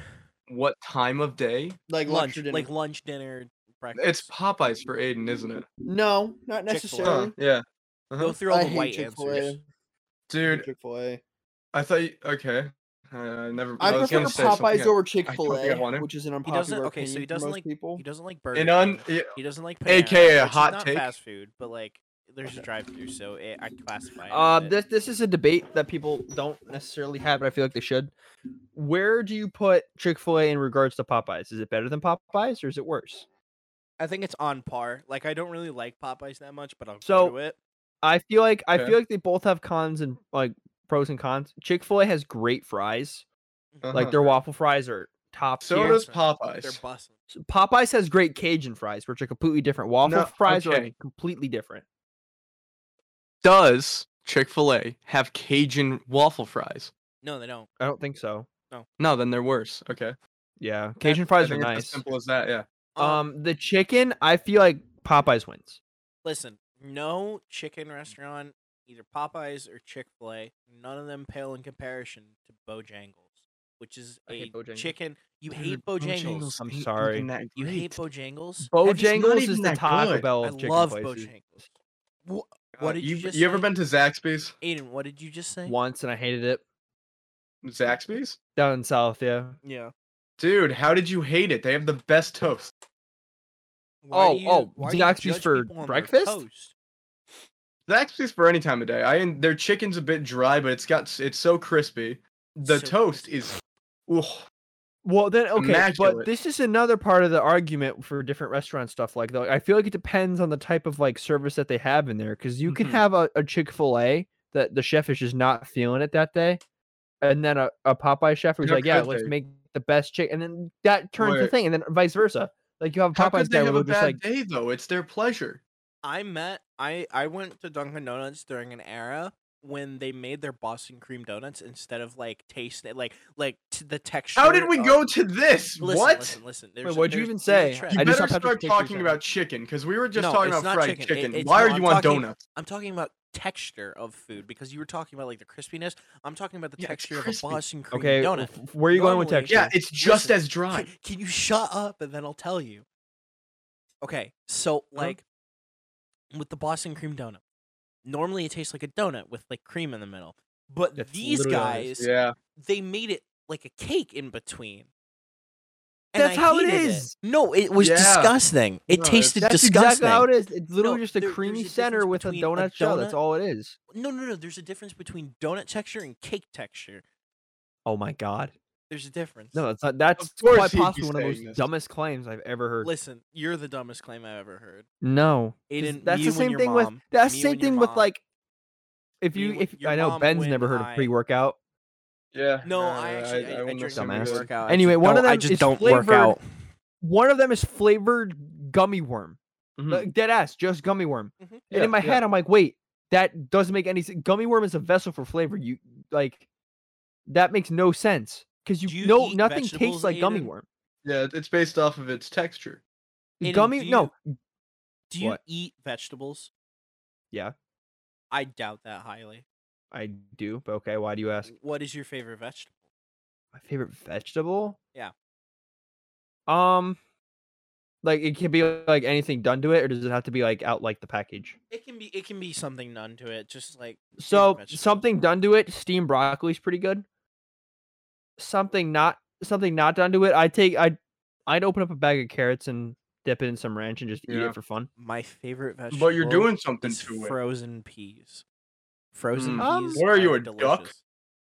Speaker 3: What time of day?
Speaker 2: Like
Speaker 1: lunch,
Speaker 2: lunch, or dinner?
Speaker 1: like lunch, dinner, breakfast.
Speaker 3: It's Popeyes for Aiden, isn't it?
Speaker 2: no,
Speaker 1: Chick-fil-A.
Speaker 2: not
Speaker 3: Huh,
Speaker 2: necessarily.
Speaker 3: yeah.
Speaker 1: Go
Speaker 3: Uh-huh.
Speaker 1: through all
Speaker 2: I
Speaker 1: the
Speaker 2: hate
Speaker 1: white
Speaker 2: Chick-fil-A.
Speaker 1: answers.
Speaker 3: Dude,
Speaker 2: Chick-fil-A.
Speaker 3: I thought you, okay. Uh, I never.
Speaker 2: I,
Speaker 3: was
Speaker 2: prefer
Speaker 3: gonna say something
Speaker 2: Popeyes
Speaker 3: else.
Speaker 2: over
Speaker 3: I don't think I want
Speaker 2: Chick-fil-A,
Speaker 3: it.
Speaker 2: which is an
Speaker 1: He doesn't-
Speaker 2: unpopular
Speaker 1: okay, so he
Speaker 2: opinion for
Speaker 1: doesn't
Speaker 2: most
Speaker 1: like-
Speaker 2: people.
Speaker 1: He doesn't like Burger
Speaker 3: And un,
Speaker 1: King.
Speaker 3: yeah,
Speaker 1: He doesn't like Panera,
Speaker 3: AKA a
Speaker 1: which is
Speaker 3: hot
Speaker 1: not
Speaker 3: take.
Speaker 1: fast food, but like there's a drive-through, so it, I classify. it
Speaker 2: Uh,
Speaker 1: as it.
Speaker 2: this this is a debate that people don't necessarily have, but I feel like they should. Where do you put Chick Fil A in regards to Popeyes? Is it better than Popeyes or is it worse?
Speaker 1: I think it's on par. Like I don't really like Popeyes that much, but I'll
Speaker 2: So-
Speaker 1: go to it.
Speaker 2: I feel like I
Speaker 3: Fair.
Speaker 2: feel like they both have cons and like pros and cons. Chick Fil A has great fries, like
Speaker 3: Uh-huh.
Speaker 2: their waffel fries are top
Speaker 3: So
Speaker 2: tier.
Speaker 3: does
Speaker 1: They're
Speaker 3: Popeyes.
Speaker 1: busting.
Speaker 2: S- Popeyes has great Cajun fries, which are completely different. Waffle
Speaker 3: No,
Speaker 2: fries are
Speaker 3: okay.
Speaker 2: like, completely different.
Speaker 3: Does Chick Fil A have Cajun waffle fries?
Speaker 1: No, they don't.
Speaker 2: I don't think so.
Speaker 3: No, then they're worse. Okay.
Speaker 2: Yeah, Cajun
Speaker 3: I
Speaker 2: fries are
Speaker 3: think it's As
Speaker 2: nice.
Speaker 3: simple as that. Yeah.
Speaker 2: Um, the chicken, I feel like Popeyes wins.
Speaker 1: Listen, no chicken restaurant, either Popeyes or Chick Fil A, none of them pale in comparison to Bojangles, which is
Speaker 2: I hate
Speaker 1: a
Speaker 2: Bojangles.
Speaker 1: chicken. You
Speaker 3: Dude,
Speaker 1: hate Bojangles.
Speaker 2: I'm
Speaker 3: ain't
Speaker 2: sorry.
Speaker 3: even that
Speaker 1: You hate
Speaker 3: great.
Speaker 1: Bojangles.
Speaker 3: not
Speaker 2: Bojangles is
Speaker 3: even
Speaker 2: the
Speaker 3: that
Speaker 2: Taco
Speaker 3: good.
Speaker 2: Bell
Speaker 1: I
Speaker 2: of chicken
Speaker 1: love
Speaker 2: places.
Speaker 1: Bojangles. Wha- What
Speaker 3: Uh,
Speaker 1: did you,
Speaker 3: you,
Speaker 1: just?
Speaker 3: you ever
Speaker 1: say?
Speaker 3: been to Zaxby's?
Speaker 1: Aiden, what did you just say?
Speaker 2: Once and I hated it
Speaker 3: Zaxby's?
Speaker 2: down south. Yeah.
Speaker 1: Yeah.
Speaker 3: Dude, how did you hate it? They have the best toast.
Speaker 1: Why do
Speaker 2: Oh,
Speaker 1: you-
Speaker 2: oh,
Speaker 1: why do you
Speaker 2: Zaxby's
Speaker 1: judge
Speaker 2: for
Speaker 1: people on their
Speaker 2: breakfast?
Speaker 1: toast?
Speaker 3: Zaxby's for any time of day. I their chicken's a bit dry, but it's got s- it's so crispy. The
Speaker 1: So
Speaker 3: toast
Speaker 1: crispy.
Speaker 3: is, ooh,
Speaker 2: Well, then okay, but
Speaker 3: Immaculate.
Speaker 2: this is another part of the argument for different restaurant stuff. Like, though, I feel like it depends on the type of like service that they have in there, because you can
Speaker 3: Mhm.
Speaker 2: have a, a Chick Fil A that the chef is just not feeling it that day, and then a, a Popeye chef who's
Speaker 3: How
Speaker 2: like, yeah,
Speaker 3: could
Speaker 2: let's
Speaker 3: they?
Speaker 2: make the best chick, and then that turns the
Speaker 3: Wait.
Speaker 2: thing, and then vice versa. Like you have a
Speaker 3: how could
Speaker 2: Popeyes
Speaker 3: they
Speaker 2: guy
Speaker 3: have a
Speaker 2: who's just
Speaker 3: bad
Speaker 2: like,
Speaker 3: day though? It's their pleasure.
Speaker 1: I met I I went to Dunkin' Donuts during an era when they made their Boston cream donuts instead of like taste it like like t- the texture.
Speaker 3: How did we
Speaker 1: of-
Speaker 3: go to this?
Speaker 1: uh, Listen,
Speaker 3: what?
Speaker 1: Listen, listen. There's a-
Speaker 2: what'd you
Speaker 1: there's-
Speaker 2: even
Speaker 1: there's a
Speaker 2: say?
Speaker 1: trend.
Speaker 3: You
Speaker 2: I just
Speaker 3: better
Speaker 2: saw Patrick
Speaker 3: start
Speaker 2: Baker's
Speaker 3: talking
Speaker 2: down.
Speaker 3: about chicken because we were just
Speaker 1: No,
Speaker 3: talking
Speaker 1: it's
Speaker 3: about
Speaker 1: not
Speaker 3: fried
Speaker 1: chicken. It-
Speaker 3: chicken.
Speaker 1: it's-
Speaker 3: Why
Speaker 1: no,
Speaker 3: are
Speaker 1: I'm
Speaker 3: you on
Speaker 1: talking-
Speaker 3: donuts?
Speaker 1: I'm talking about texture of food because you were talking about like the crispiness. I'm talking about the
Speaker 3: Yeah, it's
Speaker 1: texture of a
Speaker 3: crispy.
Speaker 1: Boston cream
Speaker 2: okay,
Speaker 1: donut.
Speaker 2: f- f- where are you going with
Speaker 1: Normally-
Speaker 2: texture?
Speaker 3: Yeah, it's just
Speaker 1: Listen,
Speaker 3: as dry.
Speaker 1: Can, can you shut up and then I'll tell you? Okay, so like with the Boston cream donut, normally it tastes like a donut with like cream in the middle. But
Speaker 2: That's
Speaker 1: these
Speaker 2: literally all it is.
Speaker 1: guys,
Speaker 3: Yeah,
Speaker 1: they made it like a cake in between.
Speaker 2: That's how it
Speaker 1: hated
Speaker 2: is.
Speaker 1: No, it was
Speaker 3: Yeah.
Speaker 1: disgusting. It
Speaker 3: No,
Speaker 1: tasted
Speaker 2: That's
Speaker 1: disgusting.
Speaker 2: exactly how it is. It's literally
Speaker 1: No,
Speaker 2: just a
Speaker 1: there- there's
Speaker 2: creamy
Speaker 1: a
Speaker 2: center
Speaker 1: difference
Speaker 2: with a
Speaker 1: between a
Speaker 2: donut shell. That's
Speaker 1: donut-
Speaker 2: all it is.
Speaker 1: No, no, no. There's a difference between donut texture and cake texture.
Speaker 2: Oh my god.
Speaker 1: There's a difference.
Speaker 2: No, it's not. That's
Speaker 3: course
Speaker 2: quite
Speaker 3: he'd be
Speaker 2: possibly one of the most
Speaker 3: saying this.
Speaker 2: dumbest claims I've ever heard.
Speaker 1: Listen, you're the dumbest claim I've ever heard.
Speaker 2: No, 'cause
Speaker 1: Aiden,
Speaker 2: that's
Speaker 1: you
Speaker 2: the
Speaker 1: and
Speaker 2: same
Speaker 1: your
Speaker 2: thing
Speaker 1: mom,
Speaker 2: with that's
Speaker 1: me
Speaker 2: the same
Speaker 1: and your
Speaker 2: thing with
Speaker 1: mom,
Speaker 2: like if
Speaker 1: me
Speaker 2: you
Speaker 1: when-
Speaker 2: if
Speaker 1: your
Speaker 2: I know
Speaker 1: mom
Speaker 2: Ben's
Speaker 1: when
Speaker 2: never heard of
Speaker 1: I-
Speaker 2: pre-workout.
Speaker 3: yeah.
Speaker 1: No,
Speaker 3: uh,
Speaker 1: I actually I, I,
Speaker 3: wouldn't
Speaker 1: drink them
Speaker 2: during
Speaker 3: assume
Speaker 1: when
Speaker 3: it
Speaker 1: I
Speaker 2: dumbass.
Speaker 3: was-
Speaker 1: work out. I
Speaker 2: Anyway,
Speaker 1: just
Speaker 2: one of
Speaker 1: don't- I
Speaker 2: them
Speaker 1: just
Speaker 2: is
Speaker 1: don't work
Speaker 2: flavored-
Speaker 1: out.
Speaker 2: One of them is flavored gummy worm,
Speaker 1: Mm-hmm.
Speaker 3: Mhm.
Speaker 2: Like, dead ass, just gummy worm.
Speaker 1: Mhm.
Speaker 2: And
Speaker 3: Yeah,
Speaker 2: in my
Speaker 3: yeah.
Speaker 2: head, I'm like, wait, that doesn't make any sense. Gummy worm is a vessel for flavor. You like that makes no sense because
Speaker 1: Do
Speaker 2: you,
Speaker 1: you
Speaker 2: know
Speaker 1: eat
Speaker 2: nothing
Speaker 1: vegetables,
Speaker 2: tastes like gummy
Speaker 1: Aiden?
Speaker 2: worm.
Speaker 3: Yeah, it- it's based off of its texture.
Speaker 1: Aiden, do
Speaker 2: gummy
Speaker 1: you-
Speaker 2: no,
Speaker 1: Do you
Speaker 2: What?
Speaker 1: eat vegetables?
Speaker 2: Yeah.
Speaker 1: I doubt that highly.
Speaker 2: I do. But okay, why do you ask?
Speaker 1: What is your favorite vegetable?
Speaker 2: My favorite vegetable?
Speaker 1: Yeah.
Speaker 2: Um like it can be like anything done to it, or does it have to be like out like the package?
Speaker 1: It can be it can be something done to it, just like favorite
Speaker 2: So
Speaker 1: vegetable.
Speaker 2: something done to it, steamed broccoli's pretty good. Something not something not done to it, I take I would I'd open up a bag of carrots and dip it in some ranch and just eat
Speaker 3: Yeah.
Speaker 2: it for fun.
Speaker 1: My favorite vegetable.
Speaker 3: But you're doing something
Speaker 1: is
Speaker 3: to it.
Speaker 1: frozen peas. Frozen
Speaker 3: Mm.
Speaker 2: Um,
Speaker 1: peas.
Speaker 3: What are you, a duck?
Speaker 1: delicious.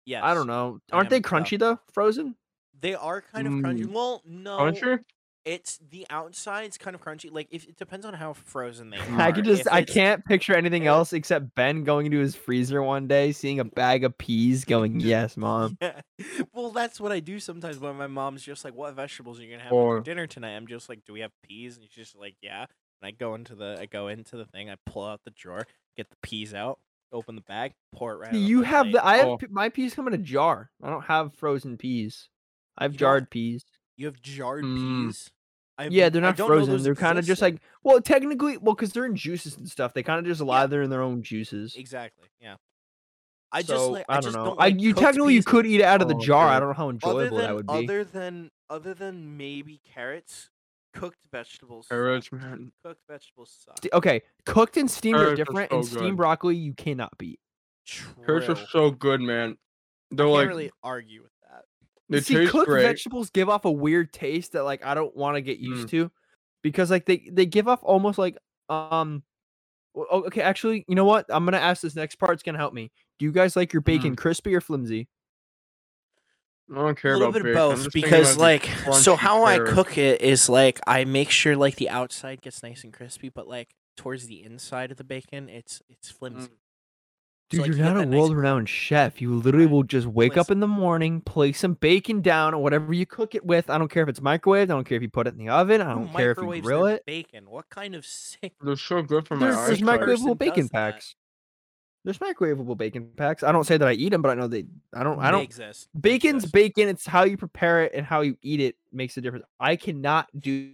Speaker 1: Yes.
Speaker 2: I don't know.
Speaker 1: I
Speaker 2: Aren't
Speaker 1: am
Speaker 2: they
Speaker 1: a snob.
Speaker 2: crunchy though? Frozen?
Speaker 1: They are kind of crunchy.
Speaker 3: Mm.
Speaker 1: Well, no.
Speaker 3: Cruncher?
Speaker 1: It's the outside's kind of crunchy. Like if it depends on how frozen they are.
Speaker 2: I could just
Speaker 1: If
Speaker 2: I
Speaker 1: it's-
Speaker 2: can't picture anything
Speaker 1: if-
Speaker 2: else except Ben going into his freezer one day, seeing a bag of peas, going, Yes, mom.
Speaker 1: Yeah. Well, that's what I do sometimes when my mom's just like, "What vegetables are you gonna have
Speaker 3: Or-
Speaker 1: for dinner tonight?" I'm just like, "Do we have peas?" And she's just like, "Yeah." And I go into the I go into the thing. I pull out the drawer, get the peas out, open the bag, pour it right.
Speaker 2: See,
Speaker 1: on
Speaker 2: you
Speaker 1: my
Speaker 2: have
Speaker 1: plate.
Speaker 2: the I have
Speaker 3: Oh.
Speaker 2: pe- my peas come in a jar. I don't have frozen peas. I have
Speaker 1: You don't-
Speaker 2: jarred peas.
Speaker 1: You have jarred
Speaker 3: Mm.
Speaker 1: peas. I
Speaker 2: yeah,
Speaker 1: bel-
Speaker 2: they're
Speaker 1: I
Speaker 2: not
Speaker 1: don't know
Speaker 2: frozen.
Speaker 1: those
Speaker 2: They're kind of just
Speaker 1: existed.
Speaker 2: like well, technically, well, because they're in juices and stuff. They kind of just lather in their own juices.
Speaker 1: exactly. Yeah. I just
Speaker 2: So,
Speaker 1: like
Speaker 2: I,
Speaker 1: I,
Speaker 2: don't
Speaker 1: just
Speaker 2: know.
Speaker 1: Don't
Speaker 2: I
Speaker 1: like
Speaker 2: you
Speaker 1: cooked
Speaker 2: technically you
Speaker 1: peas.
Speaker 2: could eat it out of the
Speaker 3: Oh,
Speaker 2: jar. I
Speaker 3: dude.
Speaker 2: don't know how
Speaker 1: other
Speaker 2: enjoyable
Speaker 1: than
Speaker 2: that would be.
Speaker 1: other than other than maybe carrots, cooked vegetables. suck.
Speaker 3: Carrots, man.
Speaker 1: Cooked vegetables suck.
Speaker 2: St- Okay, cooked and steamed are
Speaker 3: Carrots are
Speaker 2: different,
Speaker 3: so
Speaker 2: and steamed
Speaker 3: good.
Speaker 2: broccoli you cannot beat.
Speaker 3: Carrots are
Speaker 1: True.
Speaker 3: so good, man. They're
Speaker 1: Can't
Speaker 3: like
Speaker 1: really argue with that.
Speaker 3: they
Speaker 2: See,
Speaker 3: taste
Speaker 2: cooked
Speaker 3: great.
Speaker 2: vegetables give off a weird taste that like I don't want to get used
Speaker 3: Mm.
Speaker 2: to, because like they they give off almost like um, w- oh, okay. Actually, you know what? I'm gonna ask this next part's gonna help me. Do you guys like your bacon crispy or flimsy?
Speaker 3: I don't
Speaker 1: a
Speaker 3: care
Speaker 1: little
Speaker 3: about
Speaker 1: bit of
Speaker 3: bacon. I'm
Speaker 1: both
Speaker 3: just thinking
Speaker 1: because
Speaker 3: about
Speaker 1: like
Speaker 3: these
Speaker 1: so
Speaker 3: crunchy
Speaker 1: how I
Speaker 3: carrots.
Speaker 1: cook it is like I make sure like the outside gets nice and crispy, but like towards the inside of the bacon, it's it's
Speaker 3: Mm.
Speaker 1: flimsy.
Speaker 2: Dude,
Speaker 1: like,
Speaker 2: you're
Speaker 1: you get
Speaker 2: not a
Speaker 1: that nice-
Speaker 2: world-renowned chef. You literally
Speaker 1: Right.
Speaker 2: will just wake up
Speaker 1: Listen.
Speaker 2: in the morning, place some bacon down, or whatever you cook it with. I don't care if it's microwaved. I don't care if you put it in the oven. I
Speaker 1: Who
Speaker 2: don't care if you
Speaker 1: microwaves
Speaker 2: grill
Speaker 1: their
Speaker 2: it.
Speaker 1: Bacon. What kind of sick?
Speaker 3: They're so good for my
Speaker 2: There's,
Speaker 1: eyes
Speaker 2: there's
Speaker 1: person
Speaker 3: eyesight.
Speaker 1: microwave-
Speaker 2: microwavable
Speaker 1: does
Speaker 2: bacon
Speaker 1: that?
Speaker 2: packs. There's microwavable bacon packs. I don't say that I eat them, but I know they. I don't. I
Speaker 1: They
Speaker 2: don't.
Speaker 1: exist. They
Speaker 2: Bacon's
Speaker 1: exist.
Speaker 2: bacon. It's how you prepare it and how you eat it makes a difference. I cannot do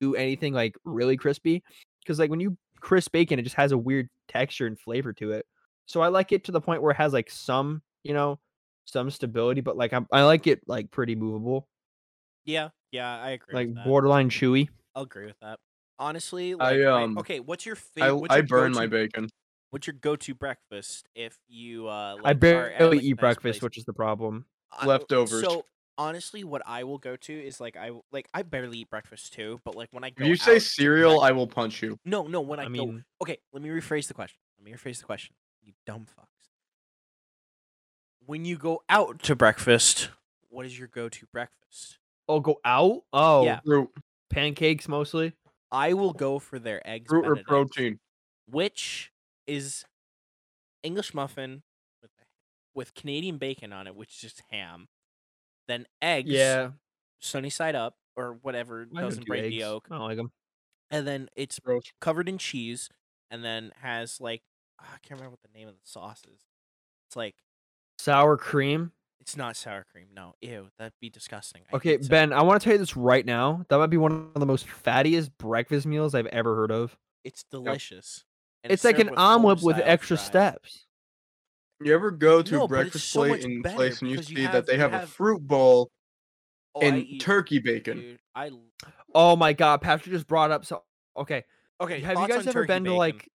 Speaker 2: do anything like really crispy because like when you crisp bacon, it just has a weird texture and flavor to it. So I like it to the point where it has like some, you know, some stability, but like I'm, I like it like pretty movable,
Speaker 1: Yeah, yeah, I agree.
Speaker 2: like
Speaker 1: with that.
Speaker 2: borderline chewy.
Speaker 1: I'll agree with that. Honestly,
Speaker 3: I,
Speaker 1: like, right-
Speaker 3: um,
Speaker 1: okay, what's your
Speaker 3: I,
Speaker 1: favorite?
Speaker 3: I burn my bacon.
Speaker 1: What's your go-to breakfast if you? uh like,
Speaker 2: I
Speaker 1: are at,
Speaker 2: barely
Speaker 1: like, a
Speaker 2: eat
Speaker 1: nice
Speaker 2: breakfast,
Speaker 1: place?
Speaker 2: which is the problem.
Speaker 1: I- uh,
Speaker 3: Leftovers.
Speaker 1: So honestly, what I will go to is like I like I barely eat breakfast too, but like when I go
Speaker 3: If you say
Speaker 1: out to
Speaker 3: cereal,
Speaker 1: breakfast-
Speaker 3: I will punch you.
Speaker 1: no, no. When I,
Speaker 2: I
Speaker 1: go,
Speaker 2: mean,
Speaker 1: okay, let me rephrase the question. Let me rephrase the question. You dumb fucks. When you go out to breakfast, what is your go-to breakfast?
Speaker 2: oh, go out. Oh,
Speaker 1: Yeah.
Speaker 3: Fruit,
Speaker 2: pancakes mostly.
Speaker 1: I will go for their eggs.
Speaker 3: fruit or
Speaker 1: Benedict.
Speaker 3: protein.
Speaker 1: which is English muffin with with Canadian bacon on it, which is just ham. Then eggs,
Speaker 2: Yeah,
Speaker 1: sunny side up or whatever
Speaker 2: I don't
Speaker 1: doesn't
Speaker 2: do
Speaker 1: break the
Speaker 2: eggs.
Speaker 1: yolk,
Speaker 2: I don't like them.
Speaker 1: and then it's
Speaker 3: Gross.
Speaker 1: covered in cheese, and then has like ah, I can't remember what the name of the sauce is. It's like
Speaker 2: Sour cream.
Speaker 1: it's not sour cream. No, ew, that'd be disgusting. I
Speaker 2: Okay,
Speaker 1: hate sour-
Speaker 2: Ben, I want to tell you this right now. That might be one of the most fattiest breakfast meals I've ever heard of.
Speaker 1: it's delicious. and
Speaker 2: it's like
Speaker 1: served
Speaker 2: an
Speaker 1: with
Speaker 2: omelet with
Speaker 1: Florida-style
Speaker 2: extra
Speaker 1: fries.
Speaker 2: steps.
Speaker 3: You ever go to
Speaker 1: No, but
Speaker 3: a
Speaker 1: it's
Speaker 3: breakfast
Speaker 1: so
Speaker 3: plate
Speaker 1: much
Speaker 3: and
Speaker 1: better
Speaker 3: place and you
Speaker 1: because you
Speaker 3: see
Speaker 1: have-
Speaker 3: that they
Speaker 1: you
Speaker 3: have, a
Speaker 1: have-
Speaker 3: fruit bowl
Speaker 1: Oh, I
Speaker 3: and
Speaker 1: eat-
Speaker 3: turkey bacon?
Speaker 1: Dude, I l-
Speaker 2: Oh my god, Patrick just brought up so okay.
Speaker 1: okay.
Speaker 2: have you
Speaker 1: thoughts
Speaker 2: guys
Speaker 1: on
Speaker 2: ever
Speaker 1: turkey
Speaker 2: been to
Speaker 1: bacon?
Speaker 2: like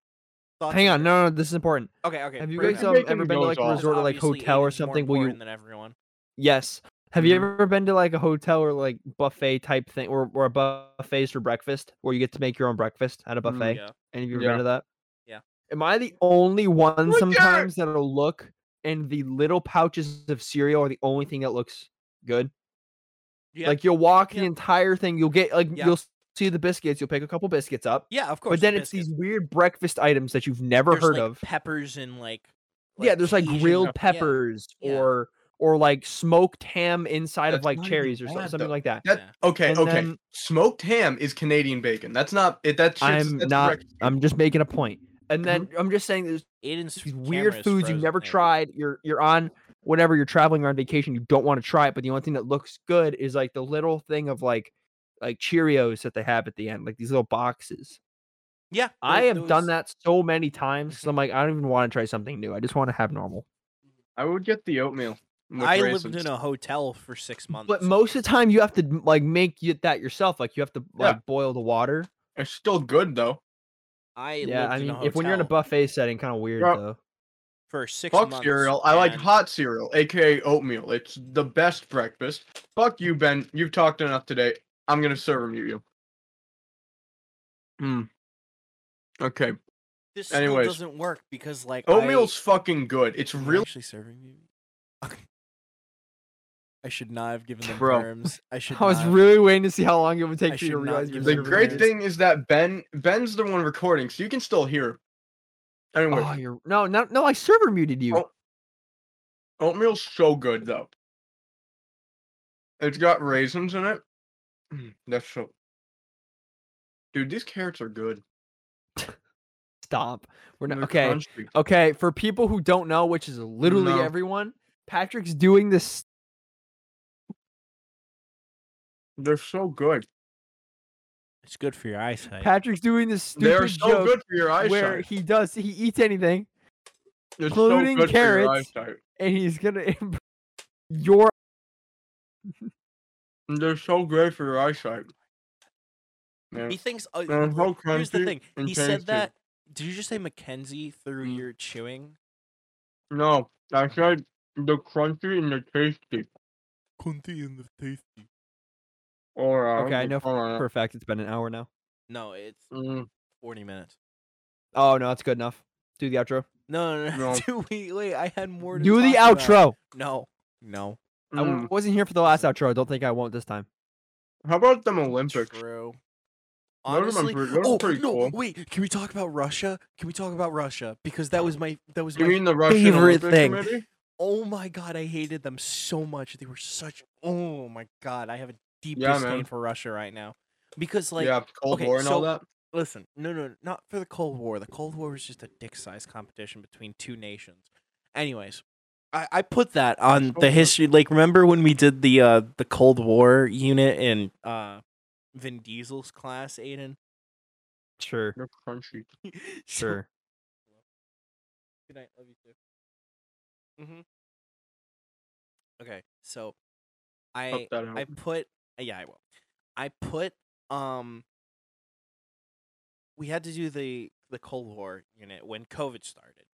Speaker 1: Thoughts
Speaker 2: hang
Speaker 1: on
Speaker 2: on,
Speaker 1: turkey-
Speaker 2: no no, this is important.
Speaker 1: Okay, okay.
Speaker 2: Have you
Speaker 1: bring
Speaker 2: guys
Speaker 1: it
Speaker 2: um,
Speaker 1: back.
Speaker 3: Bacon
Speaker 2: ever been to
Speaker 3: goes
Speaker 2: like a
Speaker 3: off.
Speaker 2: resort or like
Speaker 1: Obviously,
Speaker 2: hotel or
Speaker 1: Aiden's more
Speaker 2: something where you
Speaker 1: important than everyone.
Speaker 2: Yes. Have you
Speaker 3: Mhm.
Speaker 1: Mm-hmm.
Speaker 2: ever been to like a hotel or like buffet type thing or, or a buffets for breakfast where you get to make your own breakfast at a
Speaker 3: Mm,
Speaker 2: buffet?
Speaker 1: Yeah.
Speaker 2: Any of you ever
Speaker 3: Yeah.
Speaker 2: been to that?
Speaker 1: Yeah.
Speaker 2: Am I the only one
Speaker 3: Look at it!
Speaker 2: sometimes that'll look and the little pouches of cereal are the only thing that looks good?
Speaker 1: Yeah.
Speaker 2: Like you'll walk
Speaker 1: Yeah.
Speaker 2: the entire thing, you'll get like
Speaker 1: Yeah.
Speaker 2: you'll s- see the biscuits, you'll pick a couple biscuits up.
Speaker 1: yeah, of course.
Speaker 2: But then it's these weird breakfast items that you've never
Speaker 1: There's,
Speaker 2: heard
Speaker 1: like,
Speaker 2: of.
Speaker 1: peppers and like,
Speaker 2: yeah, there's like
Speaker 1: Cajun-
Speaker 2: grilled
Speaker 1: yeah.
Speaker 2: peppers
Speaker 1: yeah.
Speaker 2: or or like smoked ham inside of
Speaker 3: That's
Speaker 2: like
Speaker 3: not even
Speaker 2: cherries or so-
Speaker 3: bad,
Speaker 2: something
Speaker 3: though.
Speaker 2: like that.
Speaker 3: That okay,
Speaker 2: And
Speaker 3: okay.
Speaker 2: then-
Speaker 3: Smoked ham is Canadian bacon. That's not it. That's shit's-
Speaker 2: I'm
Speaker 3: that's
Speaker 2: not-
Speaker 3: breakfast.
Speaker 2: I'm just making a point. And
Speaker 3: Mhm.
Speaker 2: then I'm just saying there's
Speaker 1: Aiden's
Speaker 2: these
Speaker 1: camera
Speaker 2: weird
Speaker 1: is
Speaker 2: foods you've
Speaker 1: frozen
Speaker 2: never
Speaker 1: there.
Speaker 2: tried. You're you're on whatever you're traveling or on vacation. You don't want to try it, but the only thing that looks good is like the little thing of like like Cheerios that they have at the end, like these little boxes.
Speaker 1: Yeah,
Speaker 2: I
Speaker 1: tho-
Speaker 2: have done
Speaker 1: those-
Speaker 2: that so many times. 'cause
Speaker 1: Mhm.
Speaker 2: I'm like, I don't even want to try something new. I just want to have normal.
Speaker 3: I would get the oatmeal. with
Speaker 1: I lived
Speaker 3: raisins.
Speaker 1: in a hotel for six months.
Speaker 2: But most of the time, you have to like make it that yourself. Like you have to
Speaker 3: Yeah.
Speaker 2: like boil the water.
Speaker 3: It's still good though.
Speaker 1: I
Speaker 2: yeah,
Speaker 1: lived
Speaker 2: I
Speaker 1: in
Speaker 2: mean,
Speaker 1: a
Speaker 2: if when you're in a
Speaker 1: hotel
Speaker 2: buffet setting, kind of weird
Speaker 3: Bro,
Speaker 2: though.
Speaker 1: for six
Speaker 3: Fuck
Speaker 1: months,
Speaker 3: cereal. I like
Speaker 1: and-
Speaker 3: hot cereal, aka oatmeal. It's the best breakfast. Fuck you, Ben. You've talked enough today. I'm gonna serve mute you. Hmm. Okay.
Speaker 1: This still
Speaker 3: anyways.
Speaker 1: doesn't work because like I-
Speaker 3: Oatmeal's fucking good. It's
Speaker 1: Am I
Speaker 3: really
Speaker 1: actually serving you. I should not have given them
Speaker 3: Bro.
Speaker 1: terms. I should.
Speaker 2: I was
Speaker 1: not.
Speaker 2: really waiting to see how long it would take
Speaker 1: I
Speaker 2: for you to
Speaker 1: should not
Speaker 2: realize.
Speaker 1: give
Speaker 3: The
Speaker 1: Whatever it
Speaker 3: great
Speaker 1: is.
Speaker 3: thing is that Ben Ben's the one recording, so you can still hear. Anyway,
Speaker 2: Oh, you're no, no, no. I server muted you.
Speaker 3: Oh. oatmeal's so good though. It's got raisins in it. Mm, That's so. Dude, these carrots are good.
Speaker 2: Stop. We're not
Speaker 3: They're
Speaker 2: okay.
Speaker 3: crunchy.
Speaker 2: Okay, for people who don't know, which is literally
Speaker 3: No.
Speaker 2: everyone, Patrick's doing this.
Speaker 3: They're so good.
Speaker 1: It's good for your eyesight.
Speaker 2: Patrick's doing this stupid
Speaker 3: They're so
Speaker 2: joke
Speaker 3: good for your
Speaker 2: where
Speaker 3: eyesight.
Speaker 2: he does he eats anything
Speaker 3: They're
Speaker 2: including
Speaker 3: so good
Speaker 2: carrots.
Speaker 3: for your eyesight.
Speaker 2: and he's gonna improve your.
Speaker 3: They're so good for your eyesight. Yeah.
Speaker 1: He thinks. Uh,
Speaker 3: Uh, how
Speaker 1: here's the
Speaker 3: crunchy
Speaker 1: thing.
Speaker 3: and
Speaker 1: He said
Speaker 3: tasty.
Speaker 1: that. Did you just say Mackenzie through
Speaker 3: Mm.
Speaker 1: your chewing?
Speaker 3: No, I said the crunchy and the tasty.
Speaker 1: Cunty and the tasty.
Speaker 3: Or uh,
Speaker 2: Okay, I know
Speaker 3: hold on, uh,
Speaker 2: for a fact it's been an hour now.
Speaker 1: No, it's
Speaker 3: mm,
Speaker 1: 40 minutes.
Speaker 2: Oh no, that's good enough. Do the outro.
Speaker 1: No, no, no.
Speaker 3: No.
Speaker 1: Do we, wait, I had more to
Speaker 2: Do the
Speaker 1: talk about.
Speaker 2: outro.
Speaker 1: No. No.
Speaker 2: I w-
Speaker 3: mm.
Speaker 2: wasn't here for the last outro. I don't think I won't this time.
Speaker 3: How about them Olympics?
Speaker 1: True.
Speaker 3: Those are
Speaker 1: Honestly,
Speaker 3: pretty- those are
Speaker 1: oh
Speaker 3: pretty
Speaker 1: no!
Speaker 3: cool.
Speaker 1: Wait, can we talk about Russia? Can we talk about Russia? Because that was my that was
Speaker 3: You
Speaker 1: my.
Speaker 3: mean the Russian
Speaker 1: favorite
Speaker 3: Olympic
Speaker 1: thing.
Speaker 3: Committee?
Speaker 1: oh my god, I hated them so much. They were such. Oh my god, I have a deep
Speaker 3: Yeah,
Speaker 1: disdain
Speaker 3: man.
Speaker 1: for Russia right now, because like
Speaker 3: yeah, Cold
Speaker 1: okay,
Speaker 3: War and
Speaker 1: so-
Speaker 3: all that.
Speaker 1: Listen, no, no, not for the Cold War. The Cold War was just a dick size competition between two nations. Anyways, I, I put that on the
Speaker 3: Okay.
Speaker 1: history. Like, remember when we did the uh the Cold War unit in uh Vin Diesel's class, Aiden?
Speaker 2: Sure,
Speaker 3: They're crunchy.
Speaker 1: So-
Speaker 2: sure.
Speaker 1: Good night. Love you too. Mhm. Okay, so I
Speaker 3: Cut that out.
Speaker 1: I put uh, yeah, I will. I put um we had to do the the Cold War unit when COVID started.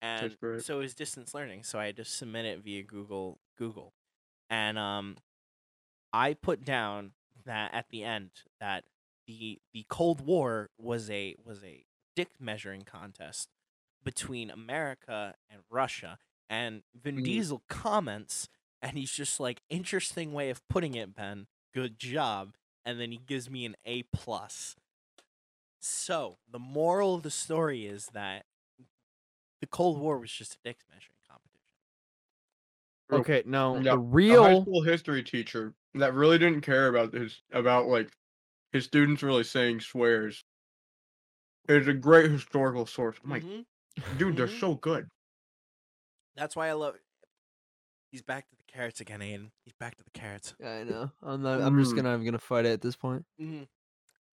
Speaker 1: And
Speaker 3: great.
Speaker 1: so it was distance learning, so I had to submit it via Google Google. And um I put down that at the end that the the Cold War was a was a dick measuring contest between America and Russia. And Vin
Speaker 3: Mm.
Speaker 1: Diesel comments, and he's just like, "Interesting way of putting it, Ben. Good job." And then he gives me an A plus. So the moral of the story is that the Cold War was just a dick measuring competition.
Speaker 3: Real-
Speaker 2: Okay, no,
Speaker 3: Yeah,
Speaker 2: the
Speaker 3: A high
Speaker 2: real
Speaker 3: school history teacher that really didn't care about his about like his students really saying swears. It's a great historical source. I'm like,
Speaker 1: Mhm.
Speaker 3: dude, they're
Speaker 1: Mhm.
Speaker 3: so good.
Speaker 1: That's why I love. He's back to the carrots again, Aiden. He's back to the carrots.
Speaker 2: I know. I'm not. I'm just
Speaker 3: Mm.
Speaker 2: gonna. I'm gonna fight it at this point.
Speaker 1: Mhm.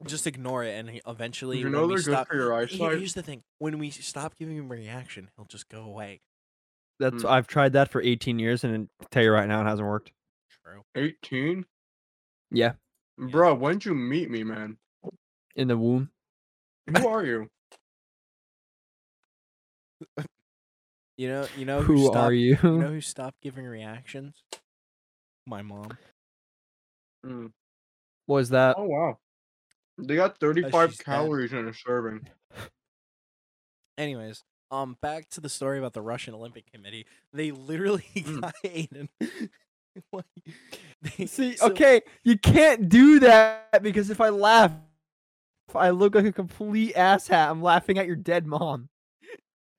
Speaker 1: Just ignore it, and he- eventually,
Speaker 3: you
Speaker 1: when
Speaker 3: know
Speaker 1: we
Speaker 3: they're good
Speaker 1: stop-
Speaker 3: for your
Speaker 1: Here-
Speaker 3: eyesight?
Speaker 1: Here's the thing: when we stop giving him reaction, he'll just go away.
Speaker 2: That's.
Speaker 3: Mm.
Speaker 2: I've tried that for 18 years, and I tell you right now, it hasn't worked.
Speaker 1: True.
Speaker 3: 18?
Speaker 2: Yeah,
Speaker 3: Bro, when'd you meet me, man?
Speaker 2: in the womb.
Speaker 3: Who are you?
Speaker 1: You know, you know who,
Speaker 2: Who
Speaker 1: stopped,
Speaker 2: are you?
Speaker 1: You know who stopped giving reactions? My mom.
Speaker 3: Mm.
Speaker 2: What was that?
Speaker 3: Oh wow. They got 35
Speaker 1: she's dead.
Speaker 3: calories in a serving.
Speaker 1: Anyways, um, back to the story about the Russian Olympic Committee. They literally
Speaker 3: Mm.
Speaker 1: got Aiden. like, they-
Speaker 2: See,
Speaker 1: so-
Speaker 2: okay, you can't do that because if I laugh, if I look like a complete asshat. I'm laughing at your dead mom.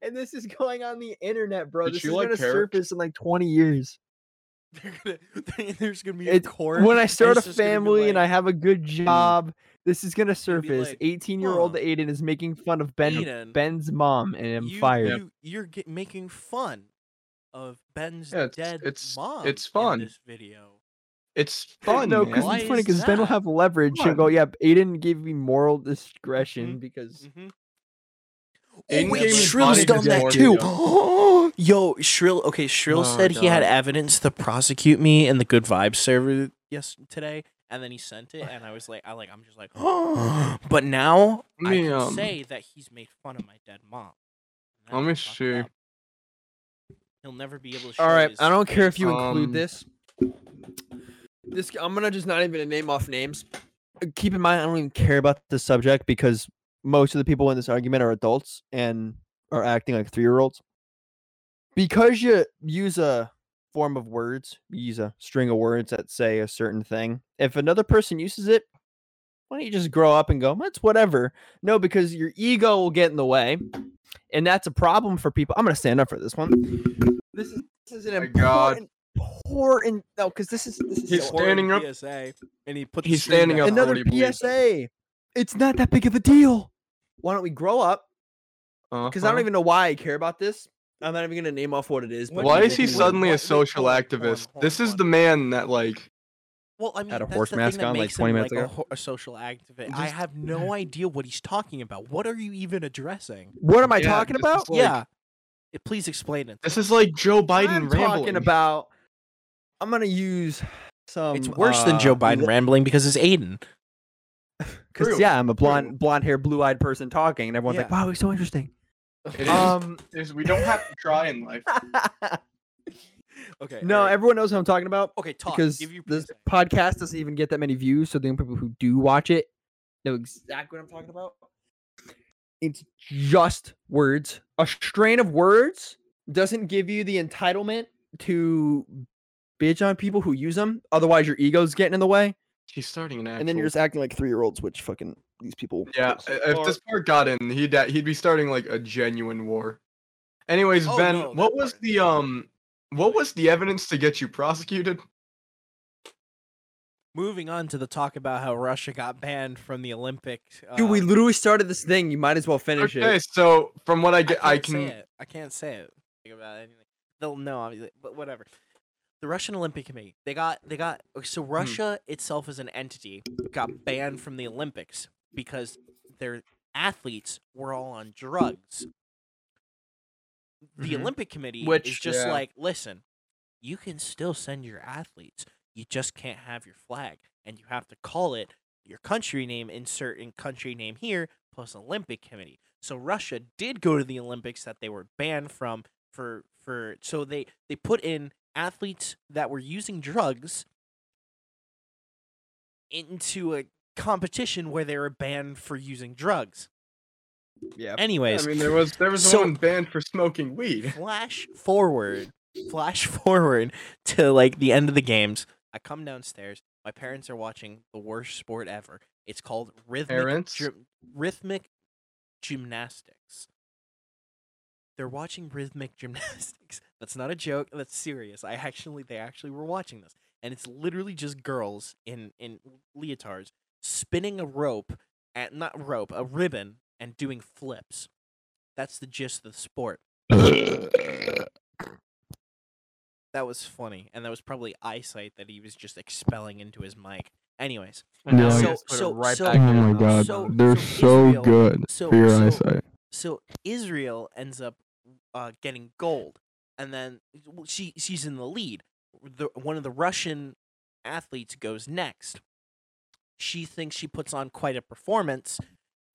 Speaker 2: And this is going on the internet, bro.
Speaker 3: Did
Speaker 2: this
Speaker 3: she
Speaker 2: is
Speaker 3: like
Speaker 2: gonna
Speaker 3: carrots?
Speaker 2: surface in like 20 years.
Speaker 1: They're gonna, there's gonna be
Speaker 2: It's-
Speaker 1: a court.
Speaker 2: When I start a
Speaker 1: it's just gonna be
Speaker 2: family and I
Speaker 1: like,
Speaker 2: have a good job, this is gonna
Speaker 1: gonna be
Speaker 2: surface.
Speaker 1: like,
Speaker 2: 18 year old
Speaker 1: "Huh,
Speaker 2: Aiden is making fun of Ben
Speaker 1: Aiden,
Speaker 2: Ben's mom, and I'm
Speaker 1: you,
Speaker 2: fired.
Speaker 1: You, you're get, making fun of Ben's
Speaker 3: Yeah, it's-
Speaker 1: dead
Speaker 3: it's-
Speaker 1: mom.
Speaker 3: it's
Speaker 1: in
Speaker 3: fun.
Speaker 1: this video.
Speaker 3: It's fun.
Speaker 2: no,
Speaker 3: man.
Speaker 2: because
Speaker 1: Why
Speaker 2: it's funny
Speaker 1: is
Speaker 2: because Ben will
Speaker 1: that?
Speaker 2: have leverage and go, "Yep, Aiden gave me moral discretion because
Speaker 1: Mm-hmm.
Speaker 3: In
Speaker 1: Oh, wait,
Speaker 3: game is
Speaker 1: Shrill's
Speaker 3: funny
Speaker 1: done
Speaker 3: because
Speaker 1: that
Speaker 3: it's
Speaker 1: too.
Speaker 3: audio.
Speaker 1: Yo, Shrill. Okay, Shrill
Speaker 3: Oh,
Speaker 1: said he had
Speaker 3: God.
Speaker 1: evidence to prosecute me in the Good Vibes server yes today, and then he sent it, and I was like, I like, I'm just like, but now I
Speaker 3: Let me,
Speaker 1: can
Speaker 3: um,
Speaker 1: say that he's made fun of my dead mom. And
Speaker 3: Let
Speaker 1: that's
Speaker 3: me
Speaker 1: fucked
Speaker 3: see.
Speaker 1: up. He'll never be able to. Show
Speaker 2: All right,
Speaker 1: his
Speaker 2: I don't care if you include
Speaker 3: Um,
Speaker 2: this. This I'm gonna just not even name off names. Uh, Keep in mind, I don't even care about the subject because most of the people in this argument are adults and are acting like three year olds. Because you use a form of words, you use a string of words that say a certain thing. If another person uses it, why don't you just grow up and go, that's whatever? No, because your ego will get in the way. And that's a problem for people. I'm going to stand up for this one. This is, this is an
Speaker 3: My God.
Speaker 2: important, important, no, because this is, this is
Speaker 3: He's
Speaker 2: so-
Speaker 1: Or
Speaker 3: standing
Speaker 1: in
Speaker 3: up-
Speaker 1: PSA, and he put. the
Speaker 3: he's
Speaker 1: screen
Speaker 3: standing
Speaker 1: back
Speaker 3: up
Speaker 1: on.
Speaker 3: for
Speaker 2: another
Speaker 3: what he believes.
Speaker 2: PSA. It's not that big of a deal. Why don't we grow up? Because I
Speaker 3: Uh-huh.
Speaker 2: don't even know why I care about this. I'm not even going to name off what it is.
Speaker 1: What do
Speaker 3: Why
Speaker 2: you
Speaker 1: you
Speaker 3: is he
Speaker 1: think-
Speaker 2: will-
Speaker 3: suddenly a
Speaker 1: what- wait,
Speaker 3: social
Speaker 1: hold on, hold on,
Speaker 3: activist?
Speaker 1: hold
Speaker 3: This
Speaker 1: on,
Speaker 3: is
Speaker 1: hold
Speaker 3: the
Speaker 1: on.
Speaker 3: man that like
Speaker 1: Well, I mean,
Speaker 2: a
Speaker 1: that's
Speaker 2: horse
Speaker 1: the
Speaker 2: mask
Speaker 1: thing that
Speaker 2: on, like,
Speaker 1: makes
Speaker 2: 20
Speaker 1: him
Speaker 2: minutes
Speaker 1: like a,
Speaker 2: ago.
Speaker 1: ho- a social activist. I
Speaker 3: Just-
Speaker 1: have no idea what he's talking about. What are you even addressing?
Speaker 2: What am I
Speaker 3: Yeah,
Speaker 2: talking
Speaker 3: this is
Speaker 2: about?
Speaker 3: like-
Speaker 1: yeah, Eh, please explain it.
Speaker 3: this is like Joe Biden
Speaker 2: I'm
Speaker 3: rambling.
Speaker 2: talking about. I'm gonna use some.
Speaker 1: It's worse than Joe
Speaker 2: uh,
Speaker 1: Biden
Speaker 2: li-
Speaker 1: rambling because it's Aiden.
Speaker 2: 'cause,
Speaker 3: True,
Speaker 2: yeah, I'm a
Speaker 3: true.
Speaker 2: blonde, blonde haired, blue eyed person talking, and everyone's like, "Wow, he's so interesting."
Speaker 3: It is-
Speaker 2: Um,
Speaker 3: is we don't have to try in life.
Speaker 1: Okay.
Speaker 2: no,
Speaker 1: alright.
Speaker 2: everyone knows what I'm talking about
Speaker 1: okay, talk.
Speaker 2: because
Speaker 1: Give you
Speaker 2: this
Speaker 1: PSA.
Speaker 2: podcast doesn't even get that many views, so the only people who do watch it know exactly what I'm talking about. It's just words. A strain of words doesn't give you the entitlement to bitch on people who use them. Otherwise, your ego's getting in the way.
Speaker 3: He's starting an actual.
Speaker 2: and then you're just acting like three year olds, which fucking these people.
Speaker 3: Yeah, i- if this part got in, he'd a- he'd be starting like a genuine war. Anyways,
Speaker 1: Oh,
Speaker 3: Ben,
Speaker 1: no, that
Speaker 3: what was
Speaker 1: part-
Speaker 3: the um, what was the evidence to get you prosecuted?
Speaker 1: Moving on to the talk about how Russia got banned from the Olympics. Uh,
Speaker 2: Dude, we literally started this thing. You might as well finish
Speaker 3: Okay,
Speaker 2: it.
Speaker 3: so from what I get, I,
Speaker 1: can't
Speaker 3: can.
Speaker 1: Say it. I can't say it Think about anything. They'll know, obviously, but whatever. The Russian Olympic Committee. They got. They got. uh, So
Speaker 3: Hmm.
Speaker 1: Russia itself as an entity got banned from the Olympics because their athletes were all on drugs. The
Speaker 3: Mhm.
Speaker 1: Olympic Committee is
Speaker 2: Which-
Speaker 1: just
Speaker 3: Yeah.
Speaker 1: like, listen, you can still send your athletes. You just can't have your flag, and you have to call it your country name, insert in country name here, plus Olympic Committee. So Russia did go to the Olympics that they were banned from for for so they they put in athletes that were using drugs into a competition where they were banned for using drugs.
Speaker 2: Yeah.
Speaker 1: Anyways,
Speaker 3: I mean, there was there was
Speaker 1: So-
Speaker 3: one banned for smoking weed.
Speaker 1: flash forward flash forward to like the end of the games i come downstairs my parents are watching the worst sport ever it's called rhythmic,
Speaker 3: Parents?
Speaker 1: gym- rhythmic gymnastics they're watching rhythmic gymnastics that's not a joke that's serious i actually they actually were watching this and it's literally just girls in in leotards spinning a rope at not rope a ribbon and doing flips that's the gist of the sport that was funny, and that was probably eyesight that he was just expelling into his mic. Anyways,
Speaker 2: And now
Speaker 1: So-
Speaker 2: we just put it
Speaker 1: so-
Speaker 2: right
Speaker 1: so-
Speaker 2: back in
Speaker 1: Oh
Speaker 2: the
Speaker 1: my
Speaker 2: mouth.
Speaker 1: God. So- they're so Israel-
Speaker 3: good
Speaker 1: so so, so Israel ends up uh, getting gold, and then w- she she's in the lead. The, one of the Russian athletes goes next. She thinks she puts on quite a performance,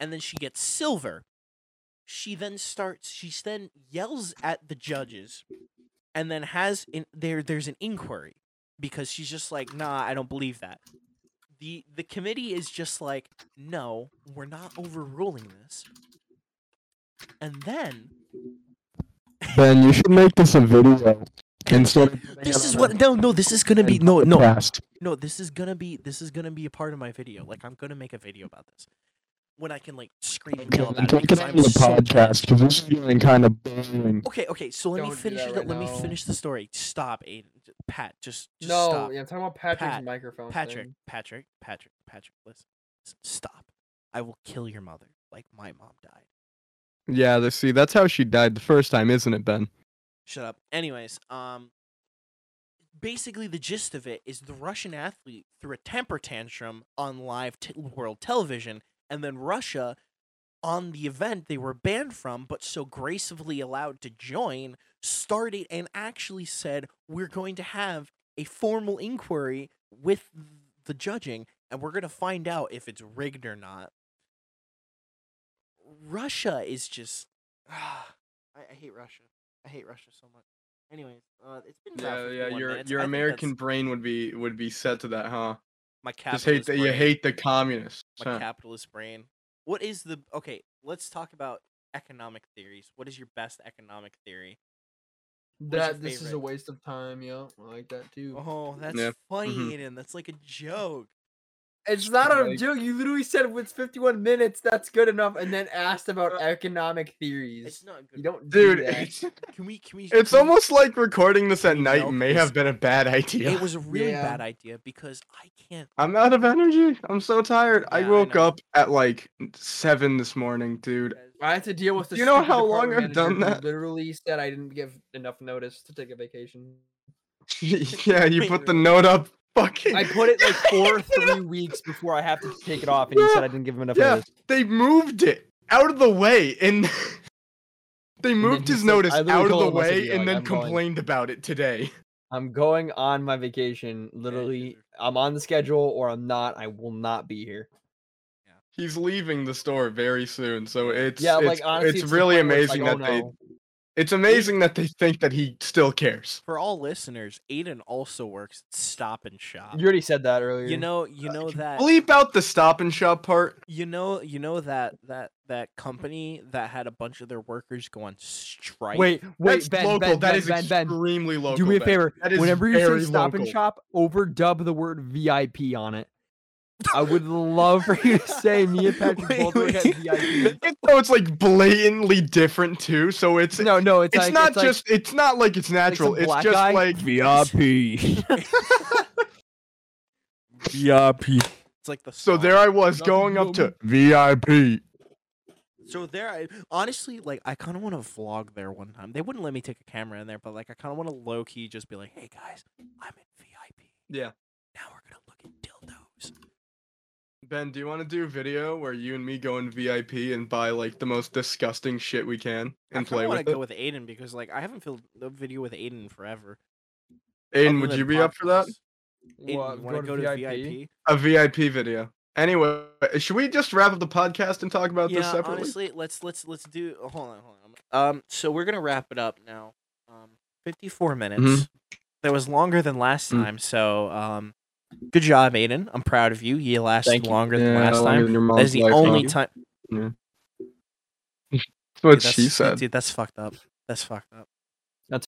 Speaker 1: and then she gets silver. She then starts. She then yells at the judges, and then has in, there. There's an inquiry because she's just like, nah, I don't believe that. the The committee is just like, no, we're not overruling this. And then
Speaker 3: Ben, you should make this a video instead. Of
Speaker 1: this is what no no this is gonna be no no
Speaker 3: Past.
Speaker 1: no this is gonna be this is gonna be a part of my video like I'm gonna make a video about this when I can like scream and yell about it because I'm so pissed.
Speaker 3: because this is getting kind of boring.
Speaker 1: Okay, okay. So let
Speaker 4: Don't
Speaker 1: me
Speaker 4: do
Speaker 1: finish.
Speaker 4: that
Speaker 1: the-
Speaker 4: right
Speaker 1: let me
Speaker 4: now.
Speaker 1: finish the story. Stop, Aiden. J- Pat, just, just
Speaker 4: no,
Speaker 1: stop.
Speaker 4: yeah, I'm talking about Patrick's
Speaker 1: Pat-
Speaker 4: microphone.
Speaker 1: Patrick,
Speaker 4: thing.
Speaker 1: Patrick, Patrick, Patrick. Listen, S- stop. I will kill your mother, like my mom died.
Speaker 3: Yeah, they see that's how she died the first time, isn't it, Ben?
Speaker 1: Shut up. Anyways, um basically the gist of it is the Russian athlete threw a temper tantrum on live t- world television and then Russia on the event they were banned from but so gracefully allowed to join started and actually said we're going to have a formal inquiry with the judging and we're going to find out if it's rigged or not. Russia is just ah, I, I hate Russia. I hate Russia so much. Anyways, uh, it's been about
Speaker 3: Yeah, yeah.
Speaker 1: 51
Speaker 3: Your
Speaker 1: minutes.
Speaker 3: your
Speaker 1: I think that's
Speaker 3: American brain would be would be set to that, huh?
Speaker 1: my
Speaker 3: Just
Speaker 1: capitalist
Speaker 3: hate that you
Speaker 1: brain.
Speaker 3: hate the communists.
Speaker 1: my
Speaker 3: huh?
Speaker 1: capitalist brain. What is the okay? Let's talk about economic theories. What is your best economic theory? What is your
Speaker 4: That this is a
Speaker 1: favorite?
Speaker 4: waste of time, yo. I like that too.
Speaker 2: Uh-huh.
Speaker 1: Oh, that's
Speaker 3: Yeah,
Speaker 4: Mm-hmm.
Speaker 1: funny,
Speaker 3: mhm.
Speaker 1: Aiden. That's like a joke.
Speaker 4: It's not a
Speaker 3: Like-
Speaker 4: joke. You literally said it's 51 minutes. That's good enough, and then asked about economic
Speaker 1: It's
Speaker 4: theories.
Speaker 1: not a good.
Speaker 4: You don't,
Speaker 3: Dude,
Speaker 4: do that.
Speaker 3: it's,
Speaker 1: Can we? Can we?
Speaker 3: it's
Speaker 1: can we-
Speaker 3: almost like recording this at
Speaker 1: You know,
Speaker 3: night may
Speaker 1: it's-
Speaker 3: have been a bad idea.
Speaker 1: It was a really
Speaker 4: Yeah.
Speaker 1: bad idea because I can't.
Speaker 3: I'm out of energy. I'm so tired. I
Speaker 1: Yeah, I
Speaker 3: woke
Speaker 1: know.
Speaker 3: up at like seven this morning, dude.
Speaker 4: I had to deal with. The
Speaker 3: Do you know
Speaker 4: stupid
Speaker 3: how long
Speaker 4: department
Speaker 3: I've
Speaker 4: manager
Speaker 3: done
Speaker 4: who
Speaker 3: that?
Speaker 4: Literally said I didn't give enough notice to take a vacation.
Speaker 3: yeah, you put the note up. Fucking.
Speaker 4: I put it like four or three weeks before I have to take it off, and you said I didn't give him enough
Speaker 3: Yeah,
Speaker 4: notice.
Speaker 3: they moved it out of the way, and they moved
Speaker 4: he
Speaker 3: his
Speaker 4: said-
Speaker 3: notice
Speaker 4: I
Speaker 3: out
Speaker 4: literally
Speaker 3: of
Speaker 4: told
Speaker 3: the
Speaker 4: him, I said,
Speaker 3: way,
Speaker 4: "Yeah,
Speaker 3: and
Speaker 4: like,
Speaker 3: then
Speaker 4: I'm going."
Speaker 3: complained about it today.
Speaker 4: I'm going on my vacation. Literally,
Speaker 1: sure.
Speaker 4: I'm on the schedule, or I'm not. I will not be here.
Speaker 3: He's leaving the store very soon, so it's
Speaker 4: Yeah,
Speaker 3: it's,
Speaker 4: like honestly,
Speaker 3: it's,
Speaker 4: to the
Speaker 3: really
Speaker 4: point where it's
Speaker 3: amazing
Speaker 4: like,
Speaker 3: that
Speaker 4: oh,
Speaker 3: they
Speaker 4: no.
Speaker 3: it's amazing that they think that he still cares.
Speaker 1: For all listeners, Aiden also works at Stop and Shop.
Speaker 3: Ah,
Speaker 4: You already said that earlier.
Speaker 1: You know, you know
Speaker 4: Uh,
Speaker 1: that
Speaker 3: Bleep out the stop and shop part.
Speaker 1: you know, you know that that that company that had a bunch of their workers go on strike.
Speaker 4: Wait, wait,
Speaker 3: That's
Speaker 4: Ben,
Speaker 3: local.
Speaker 4: Ben,
Speaker 3: that
Speaker 4: Ben,
Speaker 3: is
Speaker 4: Ben, Ben.
Speaker 3: extremely local.
Speaker 4: Do me a
Speaker 3: Ben.
Speaker 4: favor.
Speaker 3: That is
Speaker 4: Whenever you
Speaker 3: very
Speaker 4: say stop and
Speaker 3: local.
Speaker 4: shop, overdub the word VIP on it. I would love for you to say me and Patrick
Speaker 1: Wait,
Speaker 4: both work at
Speaker 1: wait.
Speaker 4: VIP.
Speaker 3: It's- so it's like blatantly different too. So it's
Speaker 4: No, no, it's,
Speaker 3: it's
Speaker 4: like,
Speaker 3: not
Speaker 4: it's like-
Speaker 3: just it's not like it's
Speaker 4: some
Speaker 3: natural. it's
Speaker 4: black
Speaker 3: just
Speaker 4: guy.
Speaker 3: like
Speaker 2: VIP.
Speaker 5: VIP.
Speaker 1: It's like the
Speaker 3: So
Speaker 1: song.
Speaker 3: there I was
Speaker 4: Nothing
Speaker 3: going up to
Speaker 4: but
Speaker 3: VIP.
Speaker 1: So there, I, honestly, like I kind of want to vlog there one time. They wouldn't let me take a camera in there, but like I kind of want to low key just be like, "Hey guys, I'm in VIP.
Speaker 3: Yeah.
Speaker 1: Now we're gonna look at dildos."
Speaker 3: Ben, do you want to do a video where you and me go in VIP and buy like the most disgusting shit we can and
Speaker 1: I
Speaker 3: play
Speaker 1: want
Speaker 3: with
Speaker 1: to
Speaker 3: it?
Speaker 1: go with Aiden because like I haven't filmed a video with Aiden in forever.
Speaker 3: Aiden,
Speaker 1: other
Speaker 3: would
Speaker 1: than
Speaker 3: you be up for that?
Speaker 1: podcasts. Aiden, want to go to VIP?
Speaker 3: A VIP video. Anyway, should we just wrap up the podcast and talk about this
Speaker 1: Yeah,
Speaker 3: separately?
Speaker 1: honestly, let's let's let's do. oh, Hold on, hold on. Um, so we're gonna wrap it up now. Um, fifty-four minutes. That was longer than last
Speaker 3: Mm-hmm. Mm.
Speaker 1: time. So, um, good job, Aiden. I'm proud of you. You lasted
Speaker 2: Thank you.
Speaker 1: longer than last time.
Speaker 3: Than your
Speaker 1: That is the only time.
Speaker 3: That's what
Speaker 1: dude,
Speaker 3: she
Speaker 1: that's-
Speaker 3: said.
Speaker 1: Dude, that's fucked up. That's fucked up.